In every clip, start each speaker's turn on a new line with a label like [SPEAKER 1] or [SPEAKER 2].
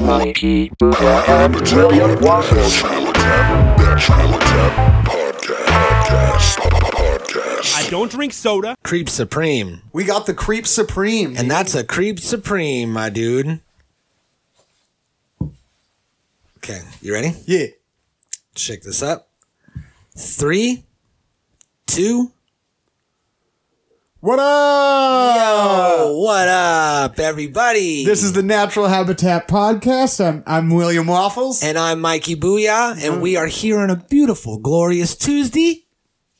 [SPEAKER 1] Molly P. Buddha and William Waffles.
[SPEAKER 2] I don't drink soda.
[SPEAKER 3] Creep Supreme.
[SPEAKER 4] We got the Creep Supreme.
[SPEAKER 3] And that's a Creep Supreme, my dude. Okay, you ready?
[SPEAKER 4] yeah.
[SPEAKER 3] Shake this up. Three, two,
[SPEAKER 4] What up?
[SPEAKER 3] oh, what up, everybody?
[SPEAKER 4] Uh, This is the Natural Habitat Podcast. I'm I'm William Waffles.
[SPEAKER 3] and I'm Mikey Booyah, and we are here on a beautiful, glorious Tuesday.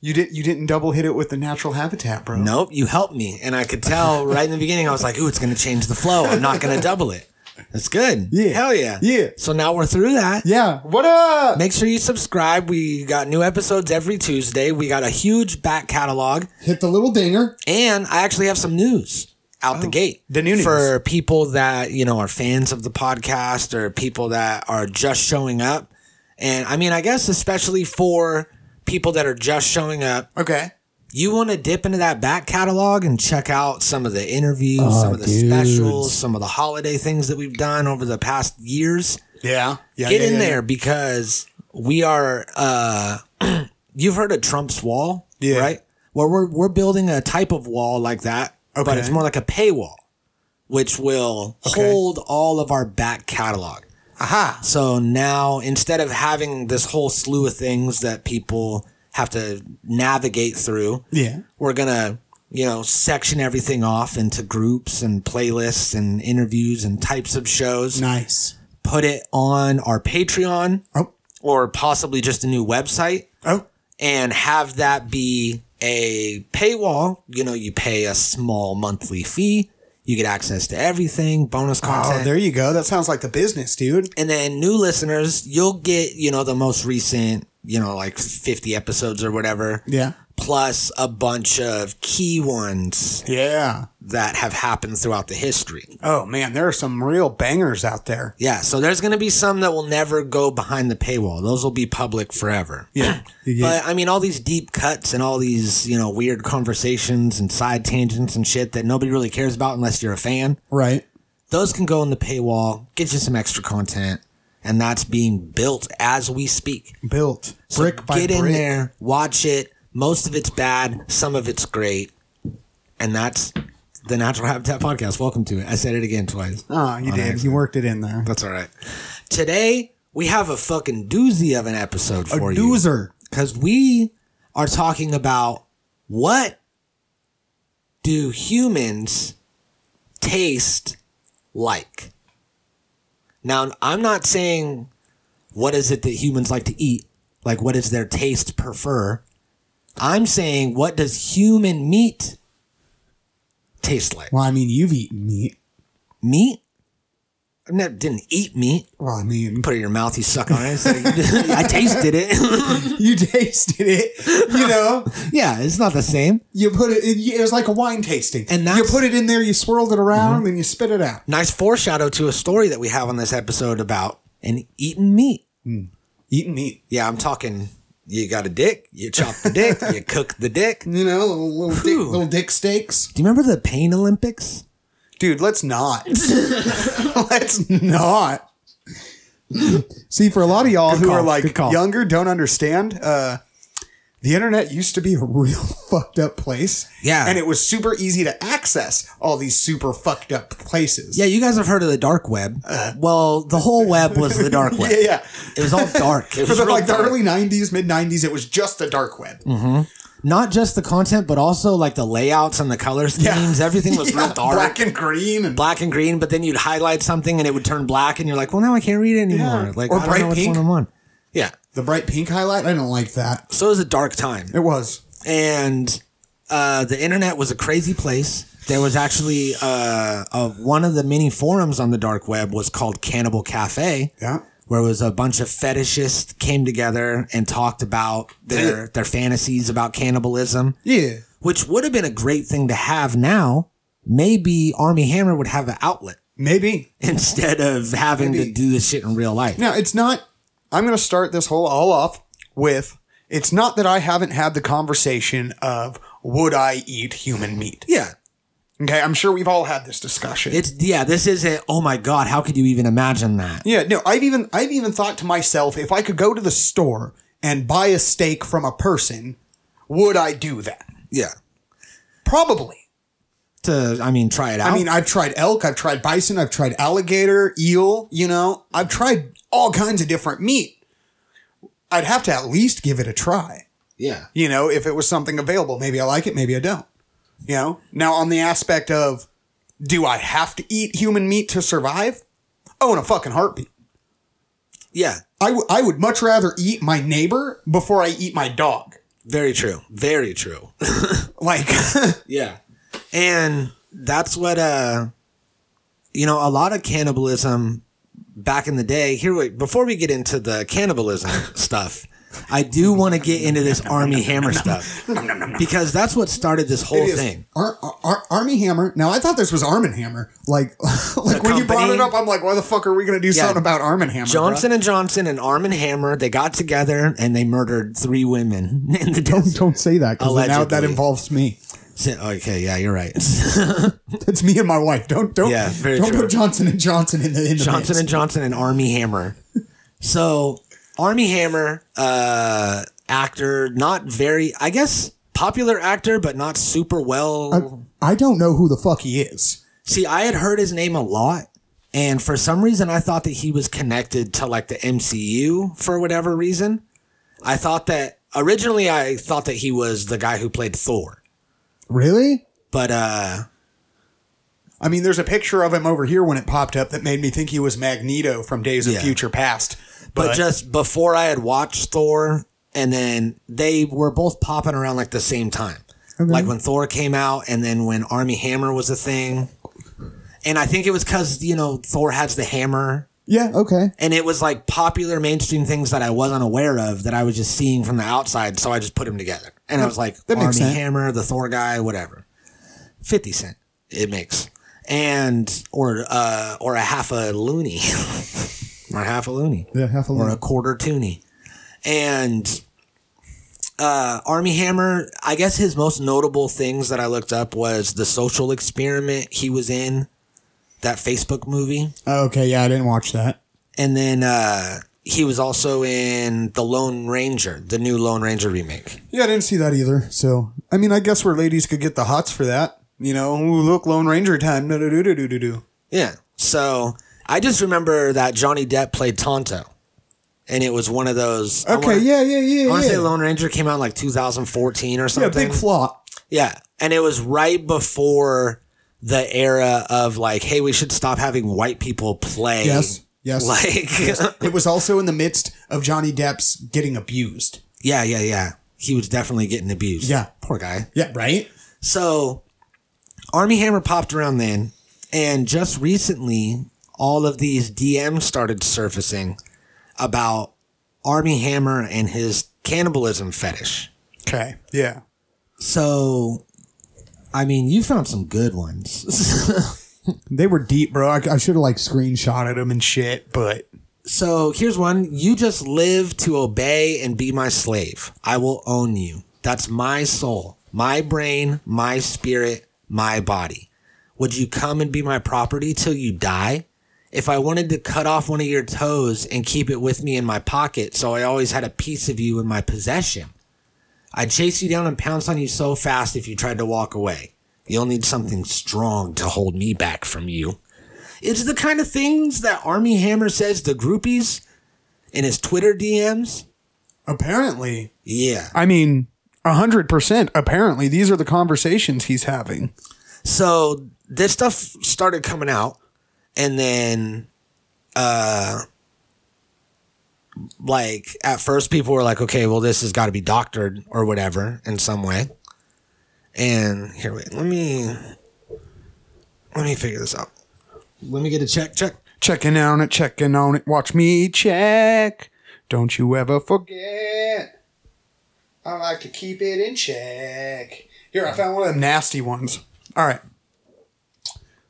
[SPEAKER 4] you didn't you didn't double hit it with the Natural Habitat, bro.
[SPEAKER 3] Nope, you helped me, and I could tell right in the beginning. I was like, "Ooh, it's going to change the flow. I'm not going to double it." That's good.
[SPEAKER 4] Yeah.
[SPEAKER 3] hell yeah,
[SPEAKER 4] Yeah.
[SPEAKER 3] So now we're through that.
[SPEAKER 4] Yeah. What up?
[SPEAKER 3] Make sure you subscribe. We got new episodes every Tuesday. We got a huge back catalog.
[SPEAKER 4] Hit the little dinger.
[SPEAKER 3] And I actually have some news out the gate.
[SPEAKER 4] Oh, the new news.
[SPEAKER 3] for people that, you know, are fans of the podcast or people that are just showing up. And I mean, I guess especially for people that are just showing up,
[SPEAKER 4] Okay.
[SPEAKER 3] you want to dip into that back catalog and check out some of the interviews, some of the specials, some of the holiday things that we've done over the past years
[SPEAKER 4] Yeah. Yeah.
[SPEAKER 3] get
[SPEAKER 4] yeah,
[SPEAKER 3] in
[SPEAKER 4] yeah.
[SPEAKER 3] there because we are uh you've heard of Trump's wall,
[SPEAKER 4] Yeah.
[SPEAKER 3] right? Where we're we're building a type of wall like that, but
[SPEAKER 4] Okay.
[SPEAKER 3] it's more like a paywall, which will hold all of our back catalog.
[SPEAKER 4] Aha.
[SPEAKER 3] So now instead of having this whole slew of things that people have to navigate through,
[SPEAKER 4] Yeah.
[SPEAKER 3] we're gonna you know section everything off into groups and playlists and interviews and types of shows
[SPEAKER 4] Nice.
[SPEAKER 3] put it on our Patreon
[SPEAKER 4] Oh.
[SPEAKER 3] or possibly just a new website
[SPEAKER 4] Oh.
[SPEAKER 3] and have that be a paywall. You know, you pay a small monthly fee, you get access to everything, bonus
[SPEAKER 4] Oh,
[SPEAKER 3] content.
[SPEAKER 4] there you go. That sounds like the business, dude.
[SPEAKER 3] and then new listeners, you'll get, you know, the most recent, you know, like 50 episodes or whatever.
[SPEAKER 4] Yeah.
[SPEAKER 3] Plus a bunch of key ones
[SPEAKER 4] Yeah.
[SPEAKER 3] that have happened throughout the history.
[SPEAKER 4] Oh man, there are some real bangers out there.
[SPEAKER 3] Yeah, so there's going to be some that will never go behind the paywall. Those will be public forever.
[SPEAKER 4] Yeah. yeah.
[SPEAKER 3] But I mean, all these deep cuts and all these, you know, weird conversations and side tangents and shit that nobody really cares about unless you're a fan,
[SPEAKER 4] right.
[SPEAKER 3] those can go in the paywall, get you some extra content. And that's being built as we speak.
[SPEAKER 4] Built
[SPEAKER 3] So
[SPEAKER 4] brick by
[SPEAKER 3] get
[SPEAKER 4] brick.
[SPEAKER 3] in there, watch it. Most of it's bad, some of it's great. And that's the Natural Habitat Podcast. Welcome to it. I said it again twice.
[SPEAKER 4] Oh, you did. You worked it in there.
[SPEAKER 3] That's all right. Today, we have a fucking doozy of an episode for you
[SPEAKER 4] Doozer.
[SPEAKER 3] because we are talking about what do humans taste like now i'm not saying what is it that humans like to eat like what does their taste prefer i'm saying what does human meat taste like
[SPEAKER 4] Well, I mean, you've eaten meat.
[SPEAKER 3] meat i never didn't eat meat
[SPEAKER 4] Well, I mean,
[SPEAKER 3] put it in your mouth you suck on it It's like- i tasted it
[SPEAKER 4] you tasted it. You know,
[SPEAKER 3] yeah it's not the same
[SPEAKER 4] you put it. It, it was like a wine tasting,
[SPEAKER 3] And
[SPEAKER 4] you
[SPEAKER 3] that's- Mm-hmm.
[SPEAKER 4] put it in there. You swirled it around, and you spit it out.
[SPEAKER 3] nice foreshadow to a story that we have on this episode about an eating meat.
[SPEAKER 4] Eating meat.
[SPEAKER 3] Yeah, I'm talking. You got a dick. You chop the dick. you cook the dick. Do
[SPEAKER 4] You know, little, little dick,
[SPEAKER 3] Phew.
[SPEAKER 4] little dick steaks.
[SPEAKER 3] you remember the Pain Olympics?
[SPEAKER 4] Dude, let's not. let's not. See, for a lot of y'all who
[SPEAKER 3] call,
[SPEAKER 4] are
[SPEAKER 3] good
[SPEAKER 4] like
[SPEAKER 3] call.
[SPEAKER 4] younger, don't understand. Uh, the internet used to be a real fucked up place.
[SPEAKER 3] Yeah.
[SPEAKER 4] and it was super easy to access all these super fucked up places.
[SPEAKER 3] Yeah, you guys have heard of the dark web. well, the whole web was the dark web.
[SPEAKER 4] yeah, yeah.
[SPEAKER 3] It was all dark. It
[SPEAKER 4] For
[SPEAKER 3] was
[SPEAKER 4] the,
[SPEAKER 3] real
[SPEAKER 4] like the
[SPEAKER 3] dark. Mm.
[SPEAKER 4] early '90s, mid '90s, it was just the dark web.
[SPEAKER 3] not just the content, but also like the layouts and the color schemes. Everything was
[SPEAKER 4] Yeah,
[SPEAKER 3] real dark.
[SPEAKER 4] black and green, and
[SPEAKER 3] black and green, but then you'd highlight something and it would turn black, and you're like, well, now I can't read it anymore.
[SPEAKER 4] Yeah.
[SPEAKER 3] Like,
[SPEAKER 4] Or
[SPEAKER 3] I don't
[SPEAKER 4] bright
[SPEAKER 3] know what's
[SPEAKER 4] pink.
[SPEAKER 3] going on. Yeah.
[SPEAKER 4] the bright pink highlight. I don't like that.
[SPEAKER 3] So it was a dark time.
[SPEAKER 4] It was.
[SPEAKER 3] and uh, the internet was a crazy place. There was actually uh, uh, one of the many forums on the dark web was called Cannibal Cafe,
[SPEAKER 4] Yeah.
[SPEAKER 3] where it was a bunch of fetishists came together and talked about their their fantasies about cannibalism,
[SPEAKER 4] Yeah.
[SPEAKER 3] which would have been a great thing to have now. Maybe Army Hammer would have an outlet
[SPEAKER 4] Maybe.
[SPEAKER 3] instead of having
[SPEAKER 4] Maybe.
[SPEAKER 3] to do this shit in real life.
[SPEAKER 4] Now it's not. I'm going to start this whole all off with. It's not that I haven't had the conversation of would I eat human meat.
[SPEAKER 3] Yeah,
[SPEAKER 4] Okay, I'm sure we've all had this discussion.
[SPEAKER 3] It's yeah, this isn't oh my god, how could you even imagine that?
[SPEAKER 4] yeah, no, I've even I've even thought to myself if I could go to the store and buy a steak from a person, would I do that?
[SPEAKER 3] Yeah.
[SPEAKER 4] Probably.
[SPEAKER 3] To I mean, try it out.
[SPEAKER 4] I mean, I've tried elk, I've tried bison, I've tried alligator, eel, you know, I've tried all kinds of different meat. I'd have to at least give it a try,
[SPEAKER 3] yeah.
[SPEAKER 4] you know, if it was something available. Maybe I like it, maybe I don't, you know. Now, on the aspect of do I have to eat human meat to survive? Oh, in a fucking heartbeat.
[SPEAKER 3] Yeah.
[SPEAKER 4] I, w- I would much rather eat my neighbor before I eat my dog.
[SPEAKER 3] Very true. Very true.
[SPEAKER 4] Like,
[SPEAKER 3] Yeah. And that's what uh you know, a lot of cannibalism back in the day. Here wait, before we get into the cannibalism stuff, I do want to get into this army hammer stuff. Because that's what started this whole thing.
[SPEAKER 4] Ar- Ar- Ar- Army Hammer. Now I thought this was Arm and Hammer. Like, like when you brought
[SPEAKER 3] company?
[SPEAKER 4] it up, I'm like, why the fuck are we gonna do something about Arm and Hammer?
[SPEAKER 3] Johnson and Johnson and Arm and Hammer, they got together and they murdered three women in the
[SPEAKER 4] bruh?
[SPEAKER 3] desert.
[SPEAKER 4] Don't say that because now that
[SPEAKER 3] Allegedly.
[SPEAKER 4] involves me.
[SPEAKER 3] Okay, yeah, you're right.
[SPEAKER 4] That's me and my wife. Don't don't
[SPEAKER 3] Yeah, very
[SPEAKER 4] don't
[SPEAKER 3] true.
[SPEAKER 4] put Johnson and Johnson in the in the
[SPEAKER 3] Johnson and Johnson and Army Hammer. So Army Hammer, uh, actor, not very, I guess, popular actor, but not super well.
[SPEAKER 4] Johnson. I don't know who the fuck he is.
[SPEAKER 3] See, I had heard his name a lot, and for some reason, I thought that he was connected to like the MCU for whatever reason. I thought that originally, I thought that he was the guy who played Thor,
[SPEAKER 4] Really?
[SPEAKER 3] but uh,
[SPEAKER 4] I mean, there's a picture of him over here when it popped up that made me think he was Magneto from Days of
[SPEAKER 3] Yeah.
[SPEAKER 4] Future Past.
[SPEAKER 3] but just before I had watched Thor, and then they were both popping around like the same time, like when Thor came out, and then when Army Hammer was a thing, and I think it was because you know Thor has the hammer,
[SPEAKER 4] yeah, okay.
[SPEAKER 3] and it was like popular mainstream things that I wasn't aware of that I was just seeing from the outside, so I just put them together, and I was like
[SPEAKER 4] that
[SPEAKER 3] Army
[SPEAKER 4] makes sense.
[SPEAKER 3] Hammer, the Thor guy, whatever, Fifty Cent, it makes. And or uh or a half a loony, or half a loony
[SPEAKER 4] Yeah, half a
[SPEAKER 3] or
[SPEAKER 4] look.
[SPEAKER 3] a quarter toonie. And uh, Army Hammer, I guess his most notable things that I looked up was the social experiment he was in, that Facebook movie.
[SPEAKER 4] Okay, yeah, I didn't watch that.
[SPEAKER 3] And then uh, he was also in The Lone Ranger, the new Lone Ranger remake.
[SPEAKER 4] Yeah, I didn't see that either. So, I mean, I guess where ladies could get the hots for that. You know, ooh, look, Lone Ranger time. No, no, do, do, do, do, do.
[SPEAKER 3] Yeah. So I just remember that Johnny Depp played Tonto. And it was one of those. I
[SPEAKER 4] Okay,
[SPEAKER 3] wanna-
[SPEAKER 4] yeah, yeah,
[SPEAKER 3] I
[SPEAKER 4] yeah,
[SPEAKER 3] want to say
[SPEAKER 4] yeah.
[SPEAKER 3] Lone Ranger came out in like 2014 or
[SPEAKER 4] Yeah,
[SPEAKER 3] something.
[SPEAKER 4] big flop.
[SPEAKER 3] Yeah. And it was right before the era of like, hey, we should stop having white people play.
[SPEAKER 4] Yes, yes.
[SPEAKER 3] Like,
[SPEAKER 4] It was also in the midst of Johnny Depp's getting abused.
[SPEAKER 3] yeah, yeah, yeah. He was definitely getting abused.
[SPEAKER 4] Yeah.
[SPEAKER 3] Poor guy.
[SPEAKER 4] Yeah, right?
[SPEAKER 3] So Army Hammer popped around then. And just recently, all of these DMs started surfacing about Army Hammer and his cannibalism fetish.
[SPEAKER 4] Okay. Yeah.
[SPEAKER 3] So, I mean, you found some good ones.
[SPEAKER 4] They were deep, bro. I, I should have like screenshotted them and shit, but
[SPEAKER 3] So here's one. You just live to obey and be my slave. I will own you. That's my soul, my brain, my spirit, my body. Would you come and be my property till you die? If I wanted to cut off one of your toes and keep it with me in my pocket, so I always had a piece of you in my possession, I'd chase you down and pounce on you so fast if you tried to walk away. You'll need something strong to hold me back from you. It's the kind of things that Army Hammer says to groupies in his Twitter DMs.
[SPEAKER 4] apparently,
[SPEAKER 3] Yeah.
[SPEAKER 4] I mean, 100% apparently these are the conversations he's having.
[SPEAKER 3] So this stuff started coming out, and then, uh, like at first people were like, okay, well this has got to be doctored or whatever in some way. And here, wait, let me, let me figure this out. Let me get a check, check.
[SPEAKER 4] Checking on it, checking on it. Watch me check. Don't you ever forget. I like to keep it in check. Here, I found one of them nasty ones. All right.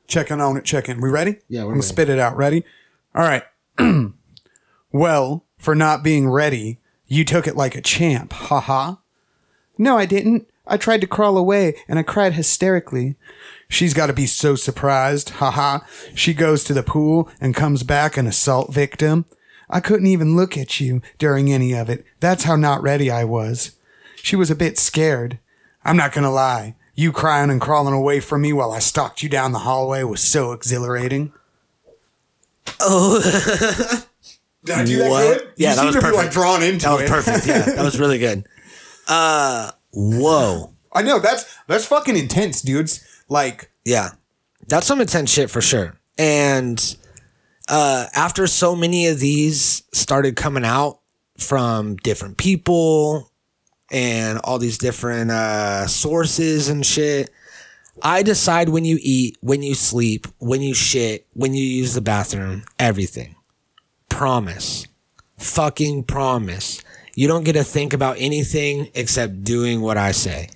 [SPEAKER 4] Checking on it, checking. We ready?
[SPEAKER 3] Yeah, we're
[SPEAKER 4] I'm gonna
[SPEAKER 3] ready.
[SPEAKER 4] spit it out. Ready? All right. well, for not being ready, you took it like a champ. Ha ha. No, I didn't. I tried to crawl away and I cried hysterically. She's got to be so surprised. Haha. She goes to the pool and comes back an assault victim. I couldn't even look at you during any of it. That's how not ready I was. She was a bit scared. I'm not going to lie. You crying and crawling away from me while I stalked you down the hallway was so exhilarating. Oh. Did I do that
[SPEAKER 3] What?
[SPEAKER 4] good?
[SPEAKER 3] Yeah,
[SPEAKER 4] You
[SPEAKER 3] that
[SPEAKER 4] seem
[SPEAKER 3] was
[SPEAKER 4] to be, like
[SPEAKER 3] perfect.
[SPEAKER 4] drawn into
[SPEAKER 3] That was
[SPEAKER 4] it.
[SPEAKER 3] perfect. Yeah, that was really good. Uh, whoa.
[SPEAKER 4] I know that's that's fucking intense, dudes. Like
[SPEAKER 3] Yeah. That's some intense shit for sure. And uh, after so many of these started coming out from different people and all these different uh, sources and shit, I decide when you eat, when you sleep, when you shit, when you use the bathroom, everything. Promise. Fucking promise. You don't get to think about anything except doing what I say.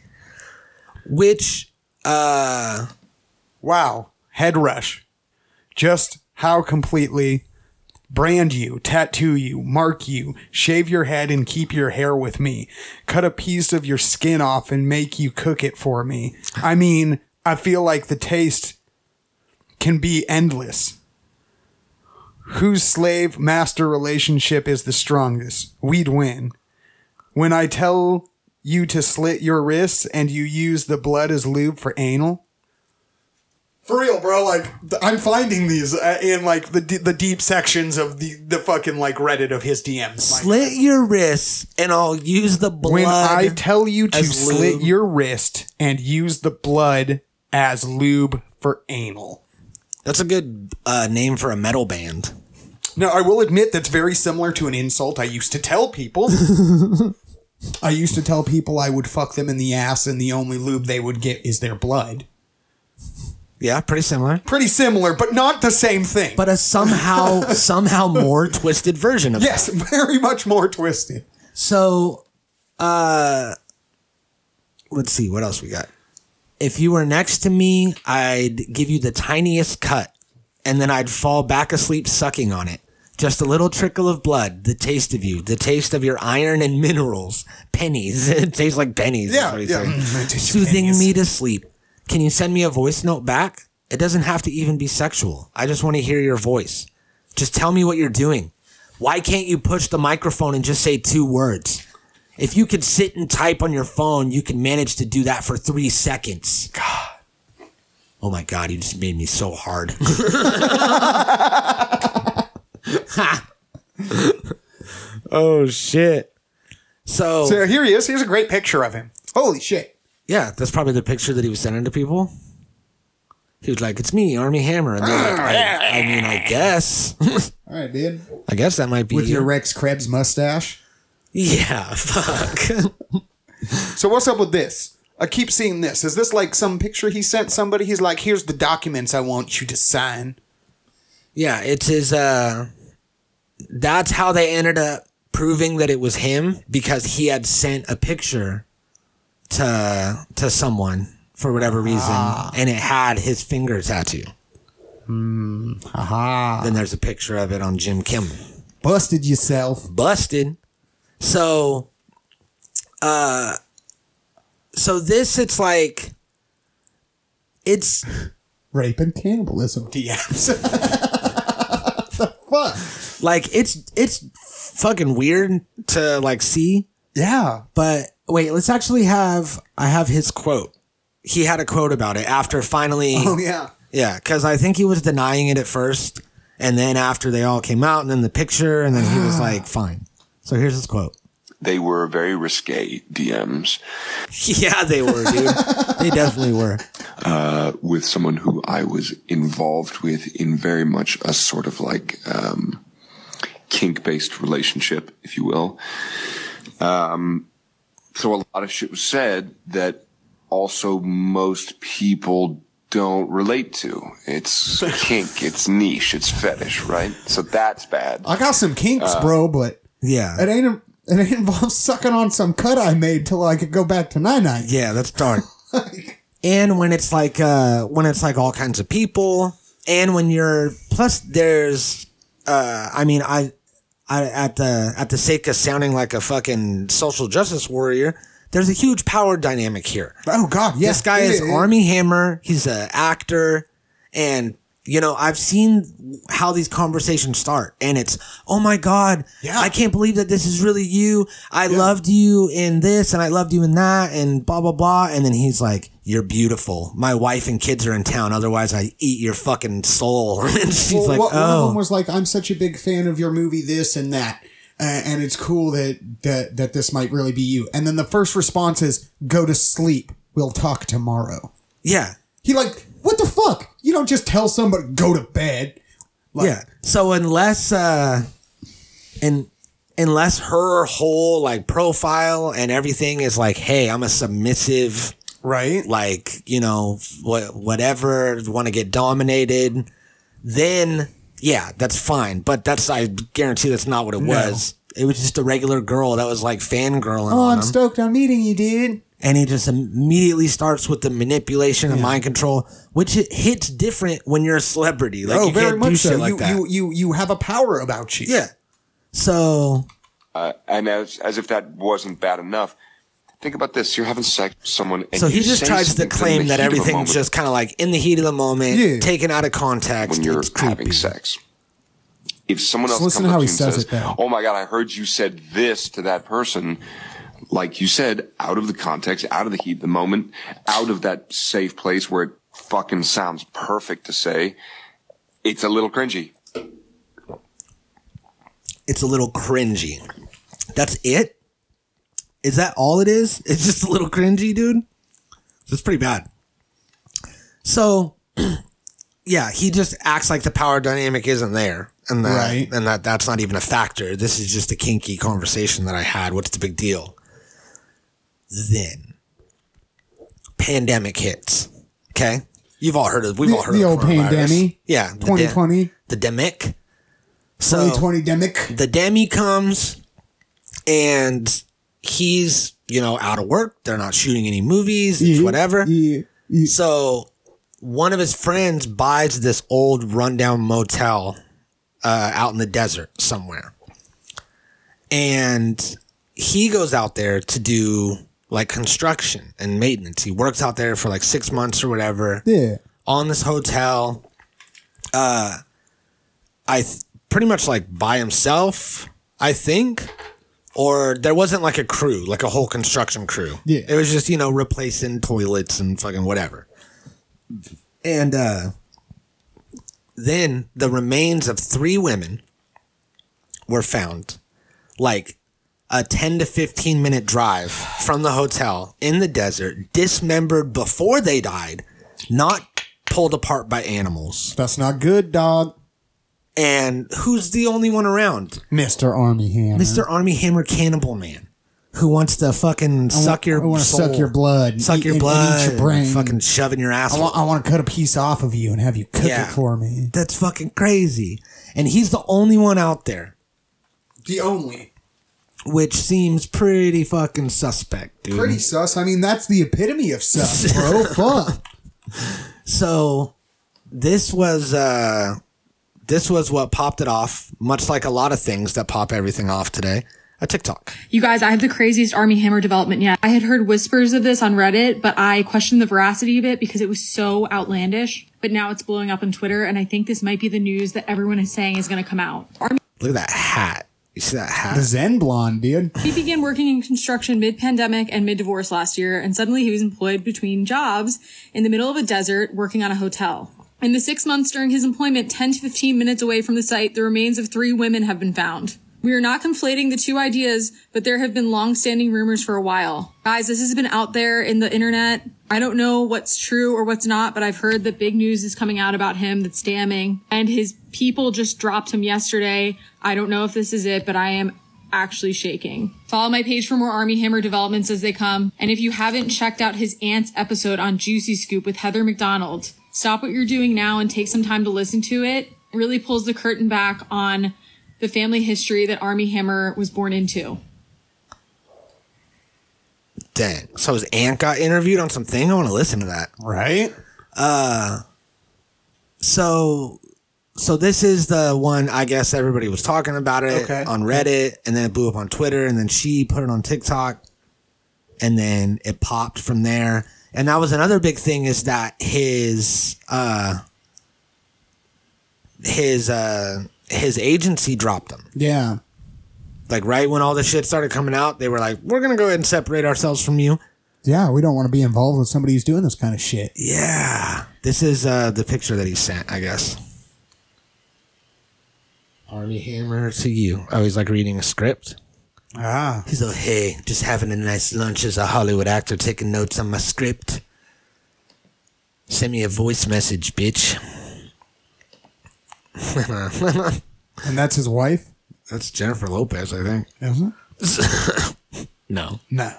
[SPEAKER 3] Which, uh,
[SPEAKER 4] Wow. Head rush. Just how completely brand you, tattoo you, mark you, shave your head and keep your hair with me, cut a piece of your skin off and make you cook it for me. I mean, I feel like the taste can be endless. Whose slave master relationship is the strongest? We'd win. When I tell you to slit your wrists and you use the blood as lube for anal, for real, bro. Like th- I'm finding these uh, in like the d- the deep sections of the the fucking like Reddit of his DMs. Like,
[SPEAKER 3] Slit your wrists, and I'll use the blood.
[SPEAKER 4] when I tell you to
[SPEAKER 3] as
[SPEAKER 4] slit
[SPEAKER 3] lube.
[SPEAKER 4] your wrist and use the blood as lube for anal.
[SPEAKER 3] That's a good uh, name for a metal band.
[SPEAKER 4] Now, I will admit that's very similar to an insult I used to tell people. I used to tell people I would fuck them in the ass and the only lube they would get is their blood.
[SPEAKER 3] Yeah, pretty similar,
[SPEAKER 4] Pretty similar, but not the same thing.
[SPEAKER 3] but a somehow somehow more twisted version of it.
[SPEAKER 4] yes, very much more twisted.
[SPEAKER 3] So, uh, let's see what else we got. If you were next to me, I'd give you the tiniest cut, and then I'd fall back asleep sucking on it. Just a little trickle of blood, the taste of you, the taste of your iron and minerals, pennies. it tastes like pennies. is
[SPEAKER 4] Yeah,
[SPEAKER 3] what he's
[SPEAKER 4] yeah.
[SPEAKER 3] saying.
[SPEAKER 4] Mm, it tastes like
[SPEAKER 3] Soothing
[SPEAKER 4] pennies.
[SPEAKER 3] me to sleep. Can you send me a voice note back? It doesn't have to even be sexual. I just want to hear your voice. Just tell me what you're doing. Why can't you push the microphone and just say two words? If you could sit and type on your phone, you can manage to do that for three seconds. God. Oh my God, you just made me so hard. oh shit. So,
[SPEAKER 4] So here he is. Here's a great picture of him. Holy shit.
[SPEAKER 3] yeah, that's probably the picture that he was sending to people. He was like, "It's me, Army Hammer," and they're like, I, "I mean, I guess,
[SPEAKER 4] All right, dude.
[SPEAKER 3] I guess that might be
[SPEAKER 4] With your
[SPEAKER 3] you."
[SPEAKER 4] Rex Krebs mustache.
[SPEAKER 3] yeah, fuck."
[SPEAKER 4] So what's up with this? I keep seeing this. Is this like some picture he sent somebody? He's like, here's the documents I want you to sign.
[SPEAKER 3] Yeah, it's his. Uh, that's how they ended up proving that it was him because he had sent a picture to to someone for whatever reason, and it had his finger tattoo.
[SPEAKER 4] Aha.
[SPEAKER 3] Then there's a picture of it on Jim Kimmel.
[SPEAKER 4] Busted yourself.
[SPEAKER 3] busted. So, uh, so this it's like, it's
[SPEAKER 4] Rape and cannibalism. DMs.
[SPEAKER 3] like it's it's fucking weird to like see.
[SPEAKER 4] yeah.
[SPEAKER 3] But wait, let's actually have I have his quote. He had a quote about it after finally.
[SPEAKER 4] Oh, yeah.
[SPEAKER 3] Yeah, because I think he was denying it at first, and then after they all came out, and then the picture, and then he
[SPEAKER 4] Ah.
[SPEAKER 3] was like, "Fine." So here's his quote.
[SPEAKER 5] They were very risque DMs
[SPEAKER 3] Yeah, they were, dude. they definitely were.
[SPEAKER 5] uh, with someone who I was involved with in very much a sort of like um, kink based relationship, if you will. Um, so a lot of shit was said that also most people don't relate to. It's kink, it's niche, it's fetish, right? So that's bad.
[SPEAKER 6] I got some kinks, bro, but
[SPEAKER 3] Yeah.
[SPEAKER 6] it ain't it ain't involves sucking on some cut I made till I could go back to nine nine.
[SPEAKER 3] Yeah, that's dark. and when it's like uh when it's like all kinds of people and when you're plus there's uh I mean I I at the at the sake of sounding like a fucking social justice warrior, There's a huge power dynamic here.
[SPEAKER 6] Oh God, yes.
[SPEAKER 3] this guy is Army Hammer. He's an actor, and you know I've seen how these conversations start, and it's oh my god,
[SPEAKER 6] Yeah.
[SPEAKER 3] I can't believe that this is really you. I loved you in this, and I loved you in that, and blah blah blah. And then he's like, "You're beautiful. My wife and kids are in town. Otherwise, I eat your fucking soul." and she's
[SPEAKER 6] Well,
[SPEAKER 3] like,
[SPEAKER 6] what- one of
[SPEAKER 3] "Oh,
[SPEAKER 6] them was like, "I'm such a big fan of your movie, this and that, uh, and it's cool that that that this might really be you." And then the first response is, "Go to sleep. We'll talk tomorrow."
[SPEAKER 3] yeah,
[SPEAKER 6] He like, what the fuck? You don't just tell somebody go to bed. Like,
[SPEAKER 3] yeah. So unless uh and unless her whole like profile and everything is like, hey, I'm a submissive,
[SPEAKER 4] Right?
[SPEAKER 3] like, you know, wh- whatever, want to get dominated, then yeah, that's fine. But that's I guarantee that's not what it was. It was just a regular girl that was like fangirling
[SPEAKER 6] Oh,
[SPEAKER 3] on
[SPEAKER 6] I'm
[SPEAKER 3] him.
[SPEAKER 6] stoked on meeting you, dude.
[SPEAKER 3] and he just immediately starts with the manipulation and mind control, which it hits different when you're a celebrity. Like
[SPEAKER 4] oh,
[SPEAKER 3] you
[SPEAKER 4] very
[SPEAKER 3] can't do
[SPEAKER 4] much
[SPEAKER 3] shit
[SPEAKER 4] so.
[SPEAKER 3] like
[SPEAKER 4] you,
[SPEAKER 3] that.
[SPEAKER 4] you you you have a power about you.
[SPEAKER 3] yeah. So
[SPEAKER 5] Uh, and as as if that wasn't bad enough, think about this: you're having sex with someone. And
[SPEAKER 3] So he
[SPEAKER 5] you
[SPEAKER 3] just
[SPEAKER 5] say
[SPEAKER 3] tries to
[SPEAKER 5] something in
[SPEAKER 3] claim
[SPEAKER 5] the
[SPEAKER 3] that
[SPEAKER 5] heat of a
[SPEAKER 3] everything's
[SPEAKER 5] moment
[SPEAKER 3] just kind of like in the heat of the moment,
[SPEAKER 6] Yeah.
[SPEAKER 3] taken out of context.
[SPEAKER 5] when you're
[SPEAKER 3] it's creepy.
[SPEAKER 5] having sex. If someone else
[SPEAKER 6] listen to
[SPEAKER 5] comes up
[SPEAKER 6] how he
[SPEAKER 5] you and
[SPEAKER 6] says
[SPEAKER 5] says
[SPEAKER 6] it, though.
[SPEAKER 5] "Oh my god, I heard you said this to that person," like you said, out of the context, out of the heat of the moment, out of that safe place where it fucking sounds perfect to say, it's a little cringy.
[SPEAKER 3] It's a little cringy. That's it. Is that all it is? It's just a little cringy, dude. That's pretty bad. So, yeah, he just acts like the power dynamic isn't there, and that
[SPEAKER 6] Right.
[SPEAKER 3] and that that's not even a factor. This is just a kinky conversation that I had. What's the big deal? Then, pandemic hits. Okay, you've all heard of we've
[SPEAKER 6] The-
[SPEAKER 3] all heard
[SPEAKER 6] the
[SPEAKER 3] of
[SPEAKER 6] old
[SPEAKER 3] coronavirus.
[SPEAKER 6] pandemic.
[SPEAKER 3] Yeah, the de-
[SPEAKER 6] 2020.
[SPEAKER 3] the demic. So
[SPEAKER 6] 2020 demic.
[SPEAKER 3] the demi comes and he's you know out of work they're not shooting any movies it's whatever
[SPEAKER 4] Mm-hmm.
[SPEAKER 6] Yeah.
[SPEAKER 3] so one of his friends buys this old rundown motel uh, out in the desert somewhere and he goes out there to do like construction and maintenance he works out there for like six months or whatever
[SPEAKER 6] Yeah.
[SPEAKER 3] on this hotel. Uh, I th- pretty much like by himself, I think, or there wasn't like a crew, like a whole construction crew.
[SPEAKER 6] Yeah.
[SPEAKER 3] it was just you know replacing toilets and fucking whatever. And uh, then the remains of three women were found, like a 10 to 15 minute drive from the hotel in the desert, dismembered before they died, not pulled apart by animals.
[SPEAKER 6] That's not good, dog.
[SPEAKER 3] And who's the only one
[SPEAKER 6] Uh-huh.
[SPEAKER 3] around?
[SPEAKER 6] Mr. Army Hammer.
[SPEAKER 3] Mr. Army Hammer Cannibal Man, who wants to fucking suck your
[SPEAKER 6] I want to
[SPEAKER 3] soul,
[SPEAKER 6] suck your blood. and
[SPEAKER 3] suck
[SPEAKER 6] eat-
[SPEAKER 3] your
[SPEAKER 6] and-
[SPEAKER 3] blood,
[SPEAKER 6] And eat your
[SPEAKER 3] and
[SPEAKER 6] brain.
[SPEAKER 3] fucking shove in your
[SPEAKER 6] I
[SPEAKER 3] asshole.
[SPEAKER 6] want, I want to cut a piece off of you and have you cook
[SPEAKER 3] Yeah.
[SPEAKER 6] it for me.
[SPEAKER 3] That's fucking crazy. And he's the only one out there,
[SPEAKER 6] The only.
[SPEAKER 3] Mm-hmm. which seems pretty fucking suspect, dude.
[SPEAKER 6] Pretty sus. I mean, that's the epitome of sus, bro. Fuck.
[SPEAKER 3] so this was uh this was what popped it off much like a lot of things that pop everything off today a tiktok
[SPEAKER 7] You guys, I have the craziest Army Hammer development yet. I had heard whispers of this on Reddit, but I questioned the veracity of it because it was so outlandish. But now it's blowing up on Twitter, and I think this might be the news that everyone is saying is going to come out. Army
[SPEAKER 3] look at that hat you see that hat
[SPEAKER 6] The Zen blonde, dude.
[SPEAKER 7] began working in construction mid pandemic and mid divorce last year, and suddenly he was employed between jobs in the middle of a desert working on a hotel. In the six months during his employment, 10 to 15 minutes away from the site, the remains of three women have been found. We are not conflating the two ideas, but there have been long-standing rumors for a while. Guys, this has been out there in the internet. I don't know what's true or what's not, but I've heard that big news is coming out about him that's damning. And his people just dropped him yesterday. I don't know if this is it, but I am actually shaking. Follow my page for more Army Hammer developments as they come. And if you haven't checked out his aunt's episode on Juicy Scoop with Heather McDonald, stop what you're doing now and take some time to listen to it. It really pulls the curtain back on the family history that Army Hammer was born into.
[SPEAKER 3] dang so his aunt got interviewed on something i want to listen to that
[SPEAKER 4] Right?
[SPEAKER 3] so so this is the one i guess everybody was talking about it
[SPEAKER 4] Okay.
[SPEAKER 3] on reddit and then it blew up on twitter and then she put it on tiktok and then it popped from there. And that was another big thing is that his uh his uh his agency dropped him.
[SPEAKER 6] Yeah.
[SPEAKER 3] Like right when all the shit started coming out, they were like, "We're gonna go ahead and separate ourselves from you."
[SPEAKER 6] Yeah, we don't want to be involved with somebody who's doing this kind of shit.
[SPEAKER 3] Yeah, this is uh the picture that he sent, I guess. Army Hammer to you. Oh, he's like reading a script.
[SPEAKER 4] Ah,
[SPEAKER 3] He's like, hey, just having a nice lunch as a Hollywood actor, taking notes on my script. Send me a voice message, bitch.
[SPEAKER 4] and that's his wife,
[SPEAKER 3] That's Jennifer Lopez, I think.
[SPEAKER 4] isn't
[SPEAKER 6] Mm-hmm.
[SPEAKER 4] it?
[SPEAKER 3] No,
[SPEAKER 4] No,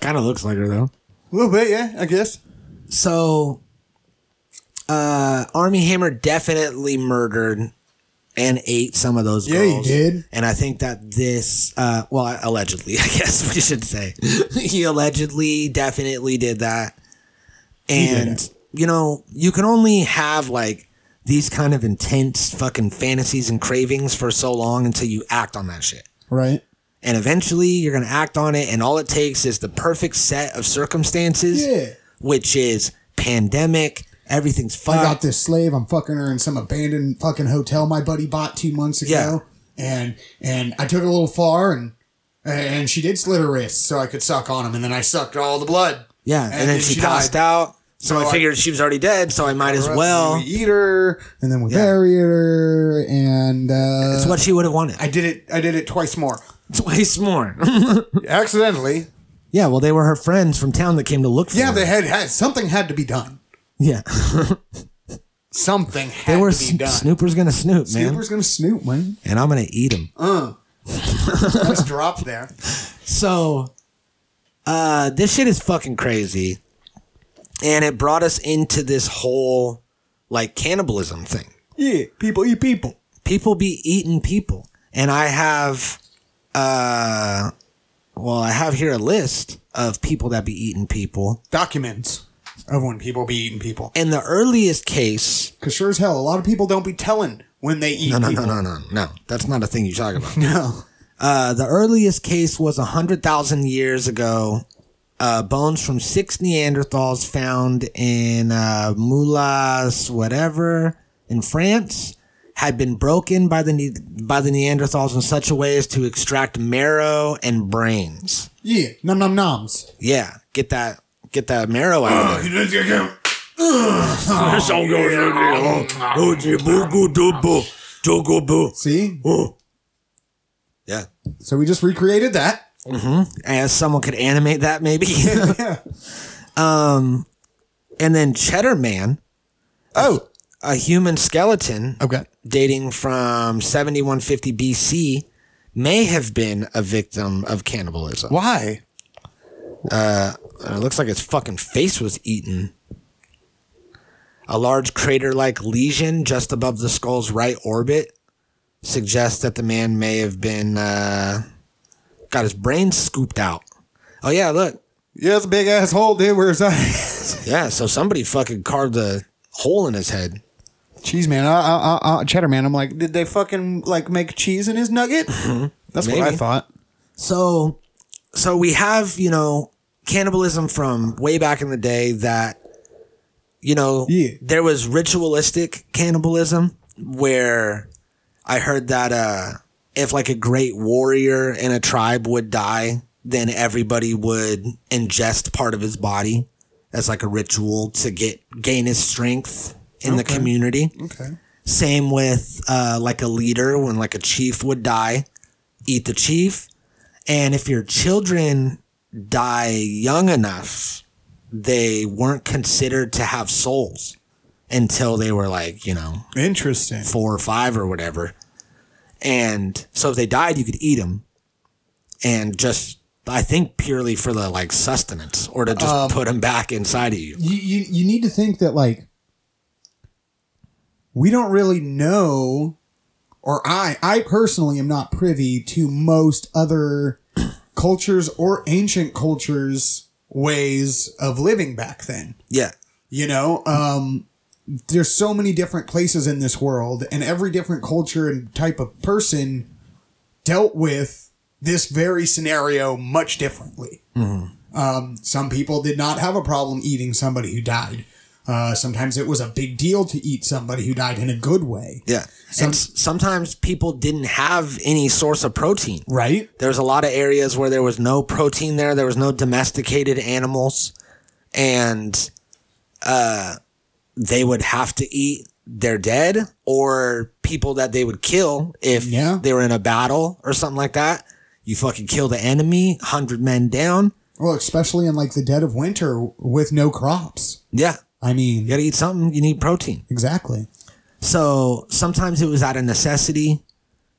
[SPEAKER 3] kind of looks like her though.
[SPEAKER 4] a little bit, yeah, I guess.
[SPEAKER 3] So, uh, Army Hammer definitely murdered and ate some of those
[SPEAKER 4] Yeah, he
[SPEAKER 3] girls.
[SPEAKER 6] did.
[SPEAKER 3] And I think that this, uh, well, allegedly, I guess we should say, he allegedly definitely did that. And you know, you can only have like these kind of intense fucking fantasies and cravings for so long until you act on that shit
[SPEAKER 6] Right?
[SPEAKER 3] and eventually you're going to act on it and all it takes is the perfect set of circumstances
[SPEAKER 6] Yeah.
[SPEAKER 3] which is pandemic everything's
[SPEAKER 6] I got
[SPEAKER 3] fucked
[SPEAKER 6] this slave. I'm fucking her in some abandoned fucking hotel my buddy bought two months ago.
[SPEAKER 3] Yeah.
[SPEAKER 6] And and I took it a little far and and she did slit her wrists so I could suck on him and then I sucked all the blood.
[SPEAKER 3] yeah and, then she, passed out so,
[SPEAKER 6] So
[SPEAKER 3] i
[SPEAKER 6] I-
[SPEAKER 3] figured she was already dead so i might as well
[SPEAKER 4] we eat her.
[SPEAKER 6] And then we buried her and uh
[SPEAKER 3] it's what she would have wanted
[SPEAKER 4] I did it. I did it twice more,
[SPEAKER 3] twice more
[SPEAKER 4] accidentally.
[SPEAKER 3] yeah well they were her friends from town that came to look for
[SPEAKER 4] Yeah,
[SPEAKER 3] her.
[SPEAKER 4] they had, had something had to be done.
[SPEAKER 3] yeah
[SPEAKER 4] Something had
[SPEAKER 3] they were
[SPEAKER 4] to be
[SPEAKER 3] Sn-
[SPEAKER 4] done.
[SPEAKER 3] snooper's gonna snoop man
[SPEAKER 4] Snooper's gonna snoop, man.
[SPEAKER 3] and i'm gonna eat him
[SPEAKER 4] That's dropped there.
[SPEAKER 3] So, uh, this shit is fucking crazy. And it brought us into this whole like cannibalism thing.
[SPEAKER 4] Yeah, people eat people.
[SPEAKER 3] People be eating people. And I have, uh, well, I have here a list of people that be eating people.
[SPEAKER 4] Documents of when people be eating people.
[SPEAKER 3] And the earliest case,
[SPEAKER 4] Cause sure as hell, a lot of people don't be telling when they eat
[SPEAKER 3] no, no,
[SPEAKER 4] people.
[SPEAKER 3] no, no, no, no, that's not a thing you talk about. no. Uh, the earliest case was 100,000 years ago uh, bones from six Neanderthals found in uh, Moulas, whatever, in France, had been broken by the ne- by the Neanderthals in such a way as to extract marrow and brains.
[SPEAKER 6] Yeah, nom nom noms.
[SPEAKER 3] Yeah, get that get that marrow out. of there.
[SPEAKER 6] See?
[SPEAKER 3] Yeah,
[SPEAKER 6] So we just recreated that.
[SPEAKER 3] as someone could animate that, maybe. Um, and then Cheddar Man,
[SPEAKER 6] Oh.
[SPEAKER 3] a human skeleton
[SPEAKER 6] Okay.
[SPEAKER 3] dating from 7150 BC may have been a victim of cannibalism.
[SPEAKER 4] Why?
[SPEAKER 3] Uh, It looks like his fucking face was eaten. A large crater like lesion just above the skull's right orbit suggests that the man may have been, uh, got his brain scooped out. Oh, yeah, look.
[SPEAKER 4] Yeah, it's a big ass hole, dude. Where's that?
[SPEAKER 3] Yeah, so somebody fucking carved a hole in his head.
[SPEAKER 4] Cheese man, uh, uh, uh, uh, cheddar man. I'm like, did they fucking like make cheese in his nugget? That's what I
[SPEAKER 3] Mm-hmm. Maybe.
[SPEAKER 4] thought.
[SPEAKER 3] So, so we have you know cannibalism from way back in the day that you know
[SPEAKER 4] Yeah.
[SPEAKER 3] there was ritualistic cannibalism where I heard that uh if like a great warrior in a tribe would die, then everybody would ingest part of his body as like a ritual to get gain his strength in the community.
[SPEAKER 4] Okay.
[SPEAKER 3] Same with uh, like a leader when like a chief would die, eat the chief. And if your children die young enough, they weren't considered to have souls until they were like, you know,
[SPEAKER 4] Interesting.
[SPEAKER 3] four or five or whatever. And so if they died, you could eat them. And just, I think, purely for the like sustenance or to just put them back inside of you.
[SPEAKER 6] You, you you need to think that like
[SPEAKER 4] We don't really know.
[SPEAKER 6] or I I personally am not privy to most other cultures or ancient cultures ways of living back then.
[SPEAKER 3] Yeah.
[SPEAKER 6] You know, um there's so many different places in this world and every different culture and type of person dealt with this very scenario much differently. Um, some people did not have a problem eating somebody who died. Uh, sometimes it was a big deal to eat somebody who died in a good way.
[SPEAKER 3] Yeah. and s- sometimes people didn't have any source of protein.
[SPEAKER 6] Right?
[SPEAKER 3] There's a lot of areas where there was no protein there. There was no domesticated animals, and uh, they would have to eat their dead or people that they would kill if
[SPEAKER 6] Yeah.
[SPEAKER 3] they were in a battle or something like that. You fucking kill the enemy, hundred men down.
[SPEAKER 6] Well, especially in like the dead of winter with no crops.
[SPEAKER 3] Yeah,
[SPEAKER 6] I mean,
[SPEAKER 3] you gotta eat something. You need protein.
[SPEAKER 6] exactly.
[SPEAKER 3] So sometimes it was out of necessity.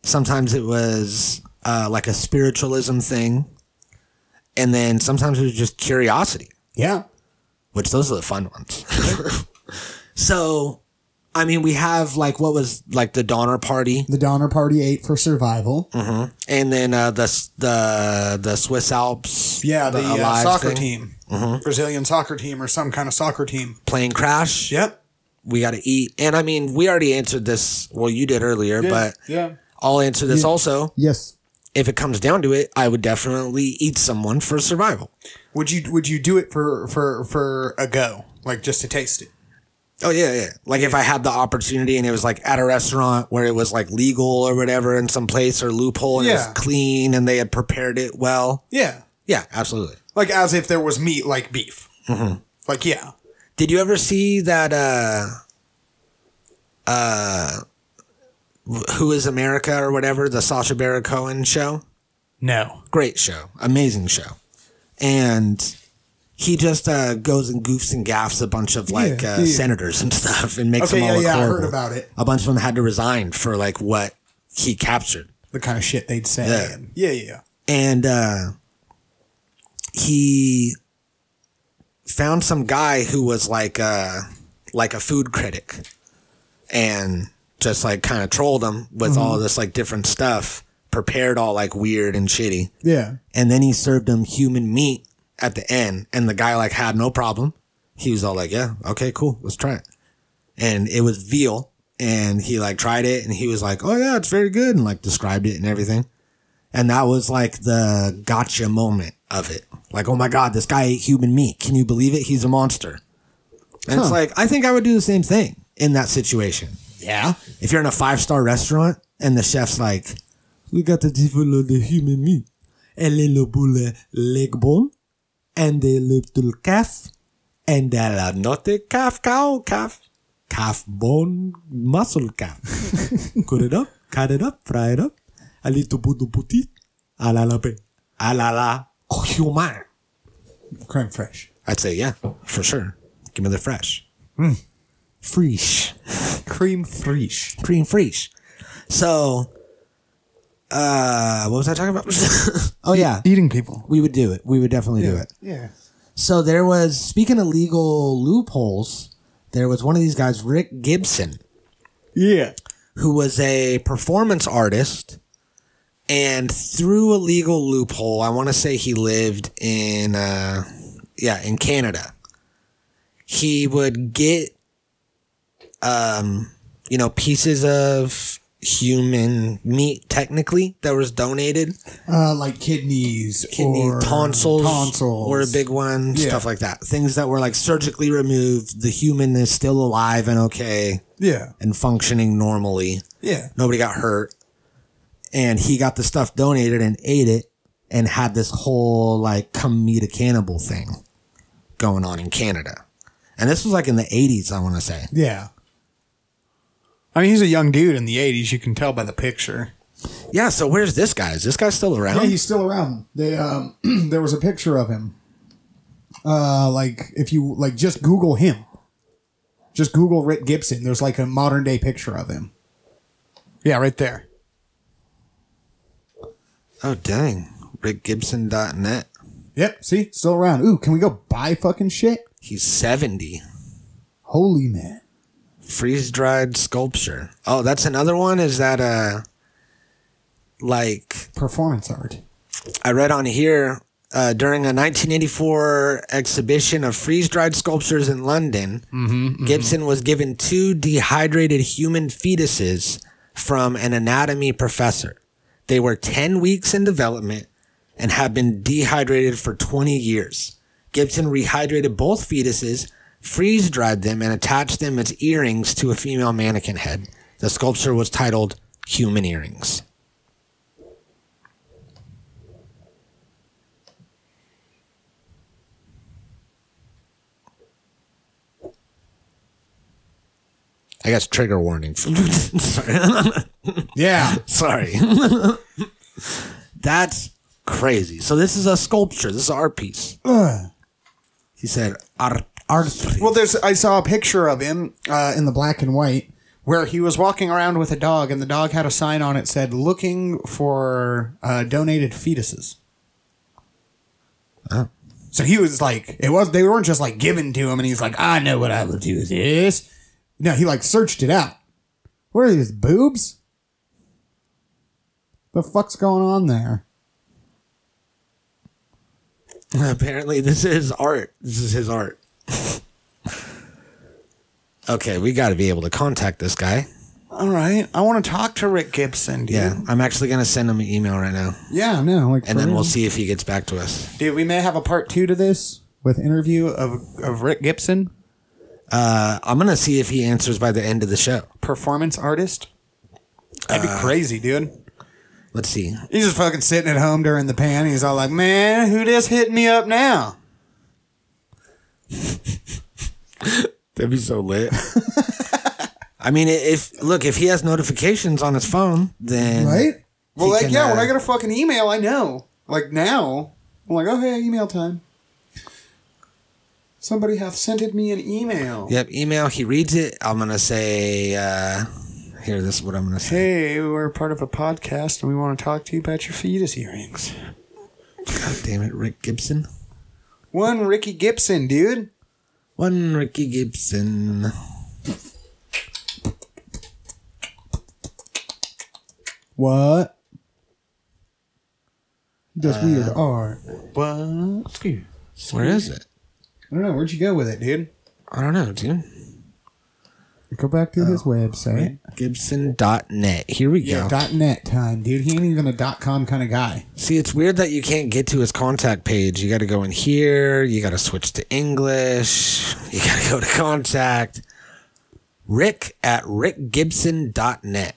[SPEAKER 3] Sometimes it was uh, like a spiritualism thing. And then sometimes it was just curiosity,
[SPEAKER 6] Yeah.
[SPEAKER 3] which those are the fun ones. so, I mean, we have like what was like the Donner Party
[SPEAKER 6] The Donner Party ate for survival.
[SPEAKER 3] and then uh, the, the the Swiss Alps.
[SPEAKER 4] Yeah, the, uh,
[SPEAKER 3] Alive
[SPEAKER 4] soccer
[SPEAKER 3] thing. Mm-hmm.
[SPEAKER 4] team, Brazilian soccer team, or some kind of soccer team.
[SPEAKER 3] Plane crash.
[SPEAKER 4] Yep.
[SPEAKER 3] We got to eat. And I mean, we already answered this. Well, you did earlier, but
[SPEAKER 4] yeah.
[SPEAKER 3] I'll answer this also.
[SPEAKER 6] Yes.
[SPEAKER 3] if it comes down to it, I would definitely eat someone for survival.
[SPEAKER 4] Would you Would you do it for for for a go, like just to taste it?
[SPEAKER 3] Oh yeah, yeah. Like if I had the opportunity and it was like at a restaurant where it was like legal or whatever in some place or loophole and it
[SPEAKER 4] Yeah.
[SPEAKER 3] was clean and they had prepared it well.
[SPEAKER 4] Yeah,
[SPEAKER 3] Yeah, absolutely.
[SPEAKER 4] like as if there was meat, like beef.
[SPEAKER 3] Mm-hmm.
[SPEAKER 4] Like yeah,
[SPEAKER 3] Did you ever see that uh uh Who is America or whatever, the Sasha Baron Cohen show?
[SPEAKER 4] no.
[SPEAKER 3] great show, amazing show, and he just uh, goes and goofs and gaffs a bunch of like
[SPEAKER 6] Yeah,
[SPEAKER 3] uh,
[SPEAKER 6] yeah.
[SPEAKER 3] senators and stuff, and makes
[SPEAKER 4] Okay,
[SPEAKER 3] them all
[SPEAKER 4] yeah,
[SPEAKER 3] look
[SPEAKER 4] yeah, I
[SPEAKER 3] horrible.
[SPEAKER 6] Heard about it.
[SPEAKER 3] A bunch of them had to resign for like what he captured,
[SPEAKER 6] The kind of shit they'd say.
[SPEAKER 3] Yeah.
[SPEAKER 4] Yeah, yeah, yeah.
[SPEAKER 3] and uh, he found some guy who was like uh like a food critic, and just like kind of trolled him with all this like different stuff, prepared all like weird and shitty.
[SPEAKER 6] Yeah.
[SPEAKER 3] and then he served him human meat at the end and the guy like had no problem he was all like yeah okay cool let's try it and it was veal and he like tried it and he was like oh yeah it's very good and like described it and everything and that was like the gotcha moment of it like oh my god this guy ate human meat can you believe it he's a monster and it's like i think i would do the same thing in that situation
[SPEAKER 6] Yeah.
[SPEAKER 3] if you're in a five star restaurant and the chef's like, we got the different of the human meat. Elle est le boule leg bone, and the little calf, and the la notte calf cow calf, calf bone muscle calf. Cut it up, cut it up, fry it up. A little bit of petit, a la la pe, a la la ah human.
[SPEAKER 6] Creme fraiche.
[SPEAKER 3] I'd say, yeah, for sure. Give me the fresh. Fresh.
[SPEAKER 6] Cream fraiche.
[SPEAKER 3] cream fraiche. So, uh, what was I talking about? oh yeah,
[SPEAKER 4] Eating people.
[SPEAKER 3] we would do it. We would definitely do it.
[SPEAKER 4] Yeah.
[SPEAKER 3] So there was speaking of legal loopholes, there was one of these guys, Rick Gibson,
[SPEAKER 4] Yeah.
[SPEAKER 3] who was a performance artist, and through a legal loophole, I want to say he lived in, uh, yeah, in Canada. He would get, um, you know, pieces of human meat technically that was donated
[SPEAKER 6] Uh, like kidneys,
[SPEAKER 3] kidney
[SPEAKER 6] or
[SPEAKER 3] tonsils,
[SPEAKER 6] tonsils,
[SPEAKER 3] were a big one, stuff like that. Things that were like surgically removed. The human is still alive and okay
[SPEAKER 4] Yeah.
[SPEAKER 3] and functioning normally.
[SPEAKER 4] Yeah.
[SPEAKER 3] Nobody got hurt. And he got the stuff donated and ate it and had this whole like come meet a cannibal thing going on in Canada. And this was like in the 80s, I want to say.
[SPEAKER 6] Yeah.
[SPEAKER 4] I mean, he's a young dude in the '80s. You can tell by the picture.
[SPEAKER 3] Yeah, so where's this guy? Is this guy still around?
[SPEAKER 6] Yeah, he's still around. They um, there was a picture of him. Uh, like if you like, just Google him. Just Google Rick Gibson. There's like a modern day picture of him.
[SPEAKER 4] Yeah, right there.
[SPEAKER 3] oh, dang. RickGibson.net.
[SPEAKER 6] Yep. See, still around. Ooh, can we go buy fucking shit?
[SPEAKER 3] He's 70.
[SPEAKER 6] Holy man.
[SPEAKER 3] freeze dried sculpture. Oh, that's another one. Is that uh like
[SPEAKER 6] Performance art.
[SPEAKER 3] I read on here uh, during a 1984 exhibition of freeze dried sculptures in London, Gibson was given two dehydrated human fetuses from an anatomy professor. They were 10 weeks in development and have been dehydrated for 20 years. Gibson rehydrated both fetuses, freeze dried them, and attached them as earrings to a female mannequin head. The sculpture was titled Human Earrings. I guess trigger warning.
[SPEAKER 6] Yeah.
[SPEAKER 3] Sorry. That's crazy. So this is a sculpture. This is an art piece. He said art art.
[SPEAKER 6] Well, there's. I saw a picture of him uh, in the black and white where he was walking around with a dog, and the dog had a sign on it said "Looking for uh, donated fetuses." Oh. So he was like, it was. They weren't just like given to him, and he's like, "I know what I will do with this." No, he like searched it out. What are these boobs? The fuck's going on there?
[SPEAKER 3] Apparently, this is art. This is his art. okay, we got to be able to contact this guy.
[SPEAKER 6] All right, I want to talk to Rick Gibson, dude.
[SPEAKER 3] Yeah, I'm actually gonna send him an email right now,
[SPEAKER 6] Yeah, no, like,
[SPEAKER 3] and
[SPEAKER 6] for
[SPEAKER 3] then
[SPEAKER 6] real.
[SPEAKER 3] we'll see if he gets back to us.
[SPEAKER 6] dude. We may have a part two to this with interview of of Rick Gibson,
[SPEAKER 3] Uh, I'm gonna see if he answers by the end of the show.
[SPEAKER 6] performance artist. That'd
[SPEAKER 3] Uh,
[SPEAKER 6] be crazy, dude.
[SPEAKER 3] Let's see.
[SPEAKER 6] He's just fucking sitting at home during the pan. He's all like, "Man, who just hit me up now?"
[SPEAKER 3] That'd be so lit. I mean, i- if look, if he has notifications on his phone, then
[SPEAKER 6] Right? Well,
[SPEAKER 3] He
[SPEAKER 6] like,
[SPEAKER 3] can,
[SPEAKER 6] yeah, when
[SPEAKER 3] uh,
[SPEAKER 6] I get a fucking email, I know. Like now, I'm like, oh hey, email time. Somebody hath sent me an email.
[SPEAKER 3] Yep, email. He reads it. I'm gonna say, uh, here. This is what I'm gonna say.
[SPEAKER 6] Hey, we're part of a podcast and we want to talk to you about your fetus earrings.
[SPEAKER 3] God damn it, Rick Gibson.
[SPEAKER 6] One Ricky Gibson, dude.
[SPEAKER 3] One Ricky Gibson.
[SPEAKER 6] What? He does weird art. What? Screw.
[SPEAKER 3] Where is it?
[SPEAKER 6] I don't know. Where'd you go with it, dude?
[SPEAKER 3] I don't know, dude.
[SPEAKER 6] Go back to his website.
[SPEAKER 3] Gibson.net. Here we
[SPEAKER 6] Yeah.
[SPEAKER 3] go.
[SPEAKER 6] Dot net time, dude. He ain't even a dot com kind of guy.
[SPEAKER 3] See, it's weird that you can't get to his contact page. You got to go in here. You got to switch to English. You got to go to contact. Rick at rickgibson.net.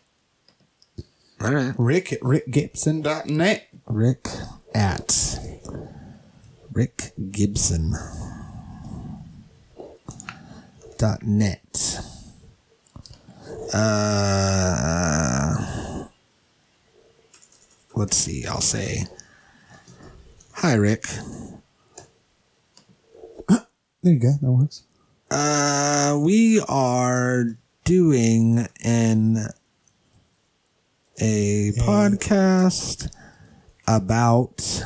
[SPEAKER 3] All right.
[SPEAKER 6] Rick at rickgibson.net.
[SPEAKER 3] Rick at Rick Gibson dot net. Uh, let's see. I'll say, "Hi, Rick.
[SPEAKER 6] There you go. That works.
[SPEAKER 3] Uh, we are doing an a podcast about.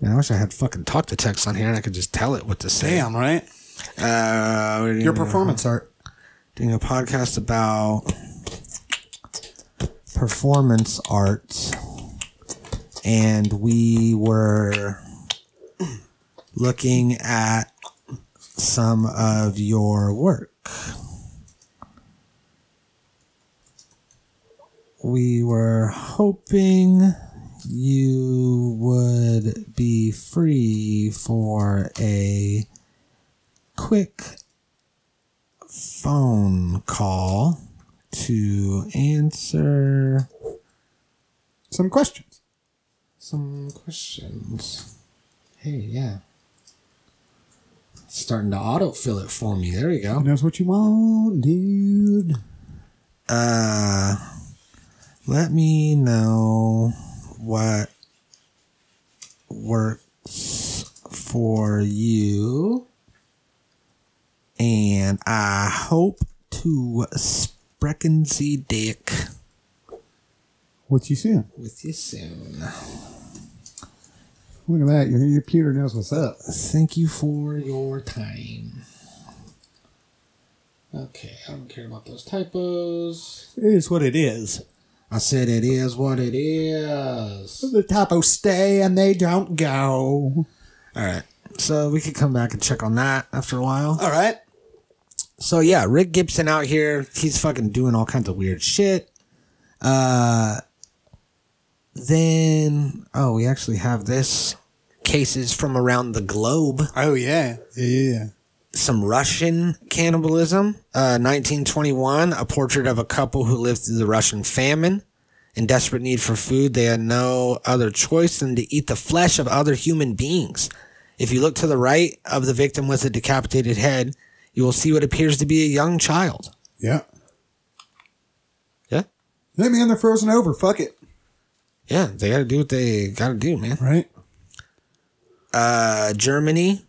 [SPEAKER 3] Man, I wish I had fucking talk to text on here and I could just tell it what to say.
[SPEAKER 6] Damn, right?
[SPEAKER 3] Uh, we're doing,
[SPEAKER 6] Your performance art.
[SPEAKER 3] doing a podcast about performance art, and we were looking at some of your work. We were hoping you would be free for a quick phone call to answer
[SPEAKER 6] Some questions.
[SPEAKER 3] some questions. Hey, yeah. It's starting to autofill it for me. There we go.
[SPEAKER 6] That's what you want, dude.
[SPEAKER 3] Uh, let me know what works for you. And I hope to sprechen Sie dick
[SPEAKER 6] What you see?
[SPEAKER 3] with you soon.
[SPEAKER 6] Look at that. Your, your computer knows what's up.
[SPEAKER 3] Thank you for your time. Okay, I don't care about those typos.
[SPEAKER 6] It is what it is.
[SPEAKER 3] I said it is what it is.
[SPEAKER 6] The
[SPEAKER 4] Oh,
[SPEAKER 6] typos stay and they don't go.
[SPEAKER 3] All right. So we could come back and check on that after a while.
[SPEAKER 6] All right.
[SPEAKER 3] Uh, So yeah, Rick Gibson out here, he's fucking doing all kinds of weird shit. Uh Then, oh, we actually have this cases from around the globe.
[SPEAKER 4] Oh yeah, yeah, yeah, yeah.
[SPEAKER 3] Some Russian cannibalism. Uh, 1921, a portrait of a couple who lived through the Russian famine. In desperate need for food, they had no other choice than to eat the flesh of other human beings. If you look to the right of the victim with a decapitated head, you will see what appears to be a young child.
[SPEAKER 4] yeah.
[SPEAKER 3] Yeah.
[SPEAKER 4] Hey man, they're frozen over. Fuck it.
[SPEAKER 3] Yeah, they gotta do what they gotta do, man.
[SPEAKER 4] Right.
[SPEAKER 3] uh, Germany.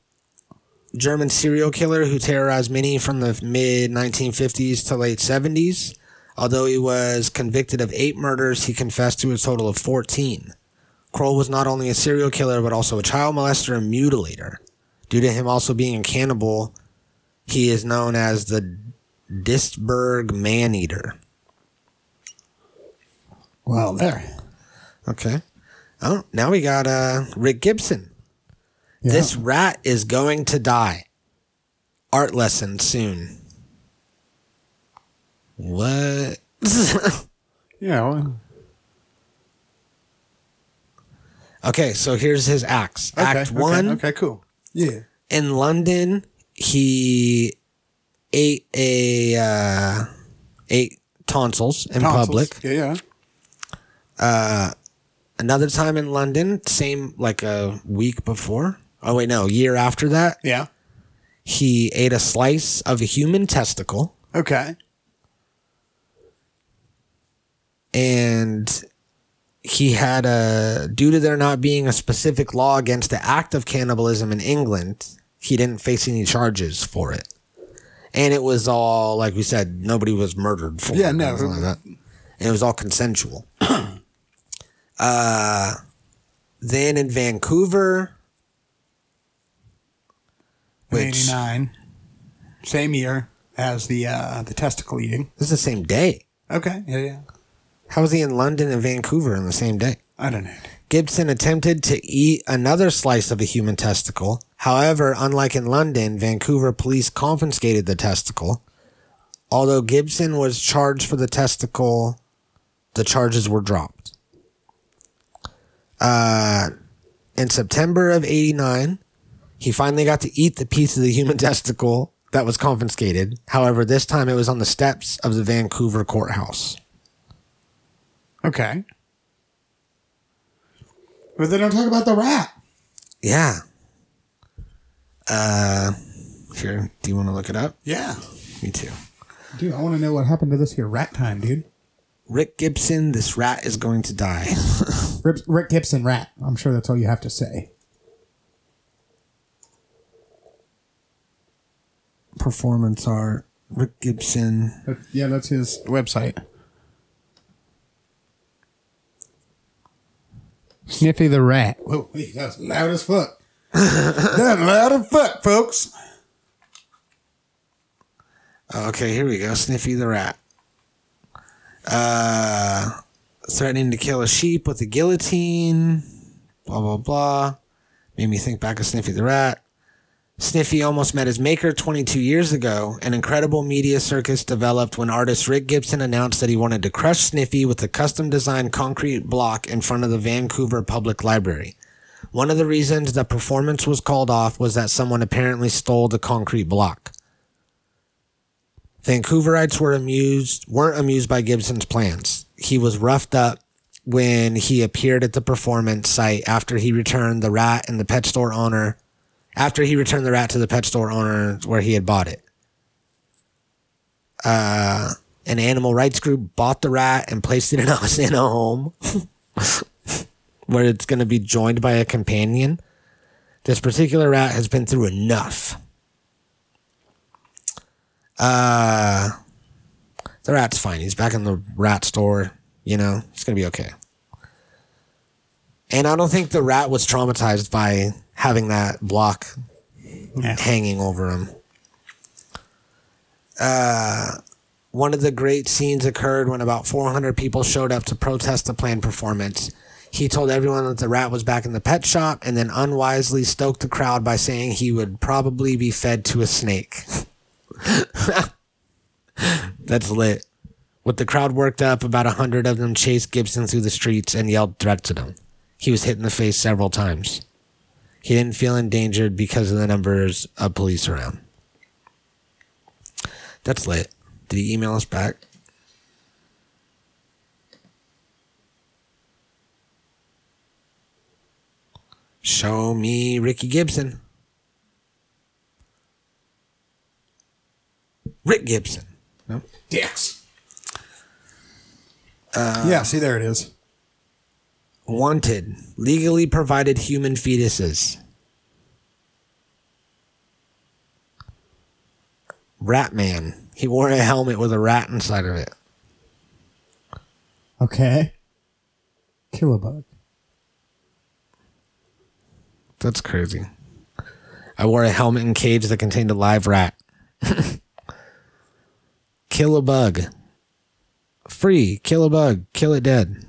[SPEAKER 3] German serial killer who terrorized many from the mid 1950s to late 70s. Although he was convicted of eight murders, he confessed to a total of 14. Kroll was not only a serial killer, but also a child molester and mutilator. Due to him also being a cannibal, he is known as the Distburg Man Eater.
[SPEAKER 4] Wow. There.
[SPEAKER 3] Okay. Oh, now we got uh, Rick Gibson.
[SPEAKER 4] Yeah.
[SPEAKER 3] This rat is going to die. Art lesson soon. What?
[SPEAKER 4] Yeah. well,
[SPEAKER 3] okay, so here's his acts.
[SPEAKER 4] okay,
[SPEAKER 3] Act
[SPEAKER 4] okay,
[SPEAKER 3] one
[SPEAKER 4] Okay. Cool. Yeah.
[SPEAKER 3] in London, he ate a uh, ate tonsils in
[SPEAKER 4] Tonsils.
[SPEAKER 3] public.
[SPEAKER 4] Yeah. Yeah.
[SPEAKER 3] Another time in London, same like a week before. Oh wait, no, year after that,
[SPEAKER 4] Yeah.
[SPEAKER 3] he ate a slice of a human testicle.
[SPEAKER 4] Okay.
[SPEAKER 3] and he had a due to there not being a specific law against the act of cannibalism in England, he didn't face any charges for it. And it was all like we said, nobody was murdered for
[SPEAKER 4] Yeah,
[SPEAKER 3] it. or
[SPEAKER 4] no.
[SPEAKER 3] anything like that. And it was all consensual. uh then in Vancouver, which
[SPEAKER 4] 89. Same year as the uh, the testicle eating.
[SPEAKER 3] this is the same day.
[SPEAKER 4] Okay. Yeah. Yeah.
[SPEAKER 3] How was he in London and Vancouver on the same day?
[SPEAKER 4] I don't know.
[SPEAKER 3] Gibson attempted to eat another slice of a human testicle. However, unlike in London, Vancouver police confiscated the testicle. Although Gibson was charged for the testicle, the charges were dropped. Uh, in September of 89, he finally got to eat the piece of the human testicle that was confiscated. However, this time it was on the steps of the Vancouver courthouse.
[SPEAKER 4] Okay.
[SPEAKER 6] But they don't talk about the rat.
[SPEAKER 3] Yeah. Uh, here, do you want to look it up?
[SPEAKER 4] Yeah.
[SPEAKER 3] Me too.
[SPEAKER 6] Dude, I want to know what happened to this here rat time, dude.
[SPEAKER 3] Rick Gibson, this rat is going to die.
[SPEAKER 6] Rip, Rick Gibson rat. I'm sure that's all you have to say.
[SPEAKER 3] Performance art. Rick Gibson.
[SPEAKER 6] But yeah, that's his website.
[SPEAKER 4] Sniffy the rat.
[SPEAKER 6] Whoa, wait, that was loud as fuck. that loud as fuck, folks.
[SPEAKER 3] Uh, Okay, here we go. Sniffy the rat. Uh, threatening to kill a sheep with a guillotine. Blah, blah, blah. Made me think back of Sniffy the rat. Sniffy almost met his maker 22 years ago. An incredible media circus developed when artist Rick Gibson announced that he wanted to crush Sniffy with a custom designed concrete block in front of the Vancouver Public Library. One of the reasons the performance was called off was that someone apparently stole the concrete block. Vancouverites were amused weren't amused by Gibson's plans. He was roughed up when he appeared at the performance site after he returned the rat and the pet store owner after he returned the rat to the pet store owner where he had bought it. Uh, an animal rights group bought the rat and placed it in a, in a home where it's going to be joined by a companion. This particular rat has been through enough. The rat's fine. He's back in the rat store. You know, it's going to be okay. And I don't think the rat was traumatized by having that block
[SPEAKER 4] Yeah.
[SPEAKER 3] hanging over him. Uh, one of the great scenes occurred when about 400 people showed up to protest the planned performance. He told everyone that the rat was back in the pet shop and then unwisely stoked the crowd by saying he would probably be fed to a snake. That's lit. With the crowd worked up, about a hundred of them chased Gibson through the streets and yelled threats at him. He was hit in the face several times. He didn't feel endangered because of the numbers of police around. That's lit. Did he email us back? Show me Ricky Gibson. Rick Gibson.
[SPEAKER 6] Dicks.
[SPEAKER 4] Uh, yeah, see, there it is.
[SPEAKER 3] Wanted. Legally provided human fetuses. Rat man. He wore a helmet with a rat inside of it.
[SPEAKER 6] Okay. Kill a bug.
[SPEAKER 3] That's crazy. I wore a helmet and cage that contained a live rat. kill a bug. Free. Kill a bug. Kill it dead.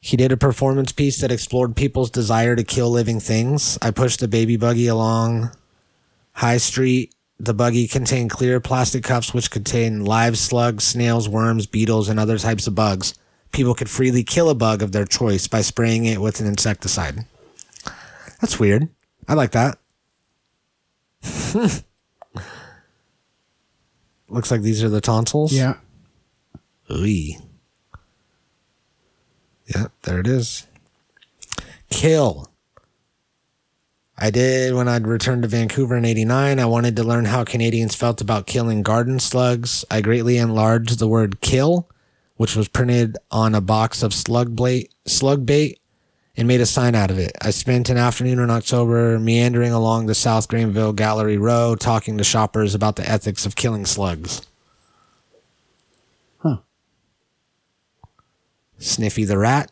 [SPEAKER 3] He did a performance piece that explored people's desire to kill living things. I pushed the baby buggy along High Street. The buggy contained clear plastic cups which contained live slugs, snails, worms, beetles, and other types of bugs. People could freely kill a bug of their choice by spraying it with an insecticide. That's weird. I like that. Looks like these are the tonsils.
[SPEAKER 6] Yeah.
[SPEAKER 3] Ooh. Yeah, there it is. Kill. I did when I'd returned to Vancouver in 89. I wanted to learn how Canadians felt about killing garden slugs. I greatly enlarged the word kill, which was printed on a box of slug, bait, slug bait and made a sign out of it. I spent an afternoon in October meandering along the South Greenville Gallery Row talking to shoppers about the ethics of killing slugs. Sniffy the Rat.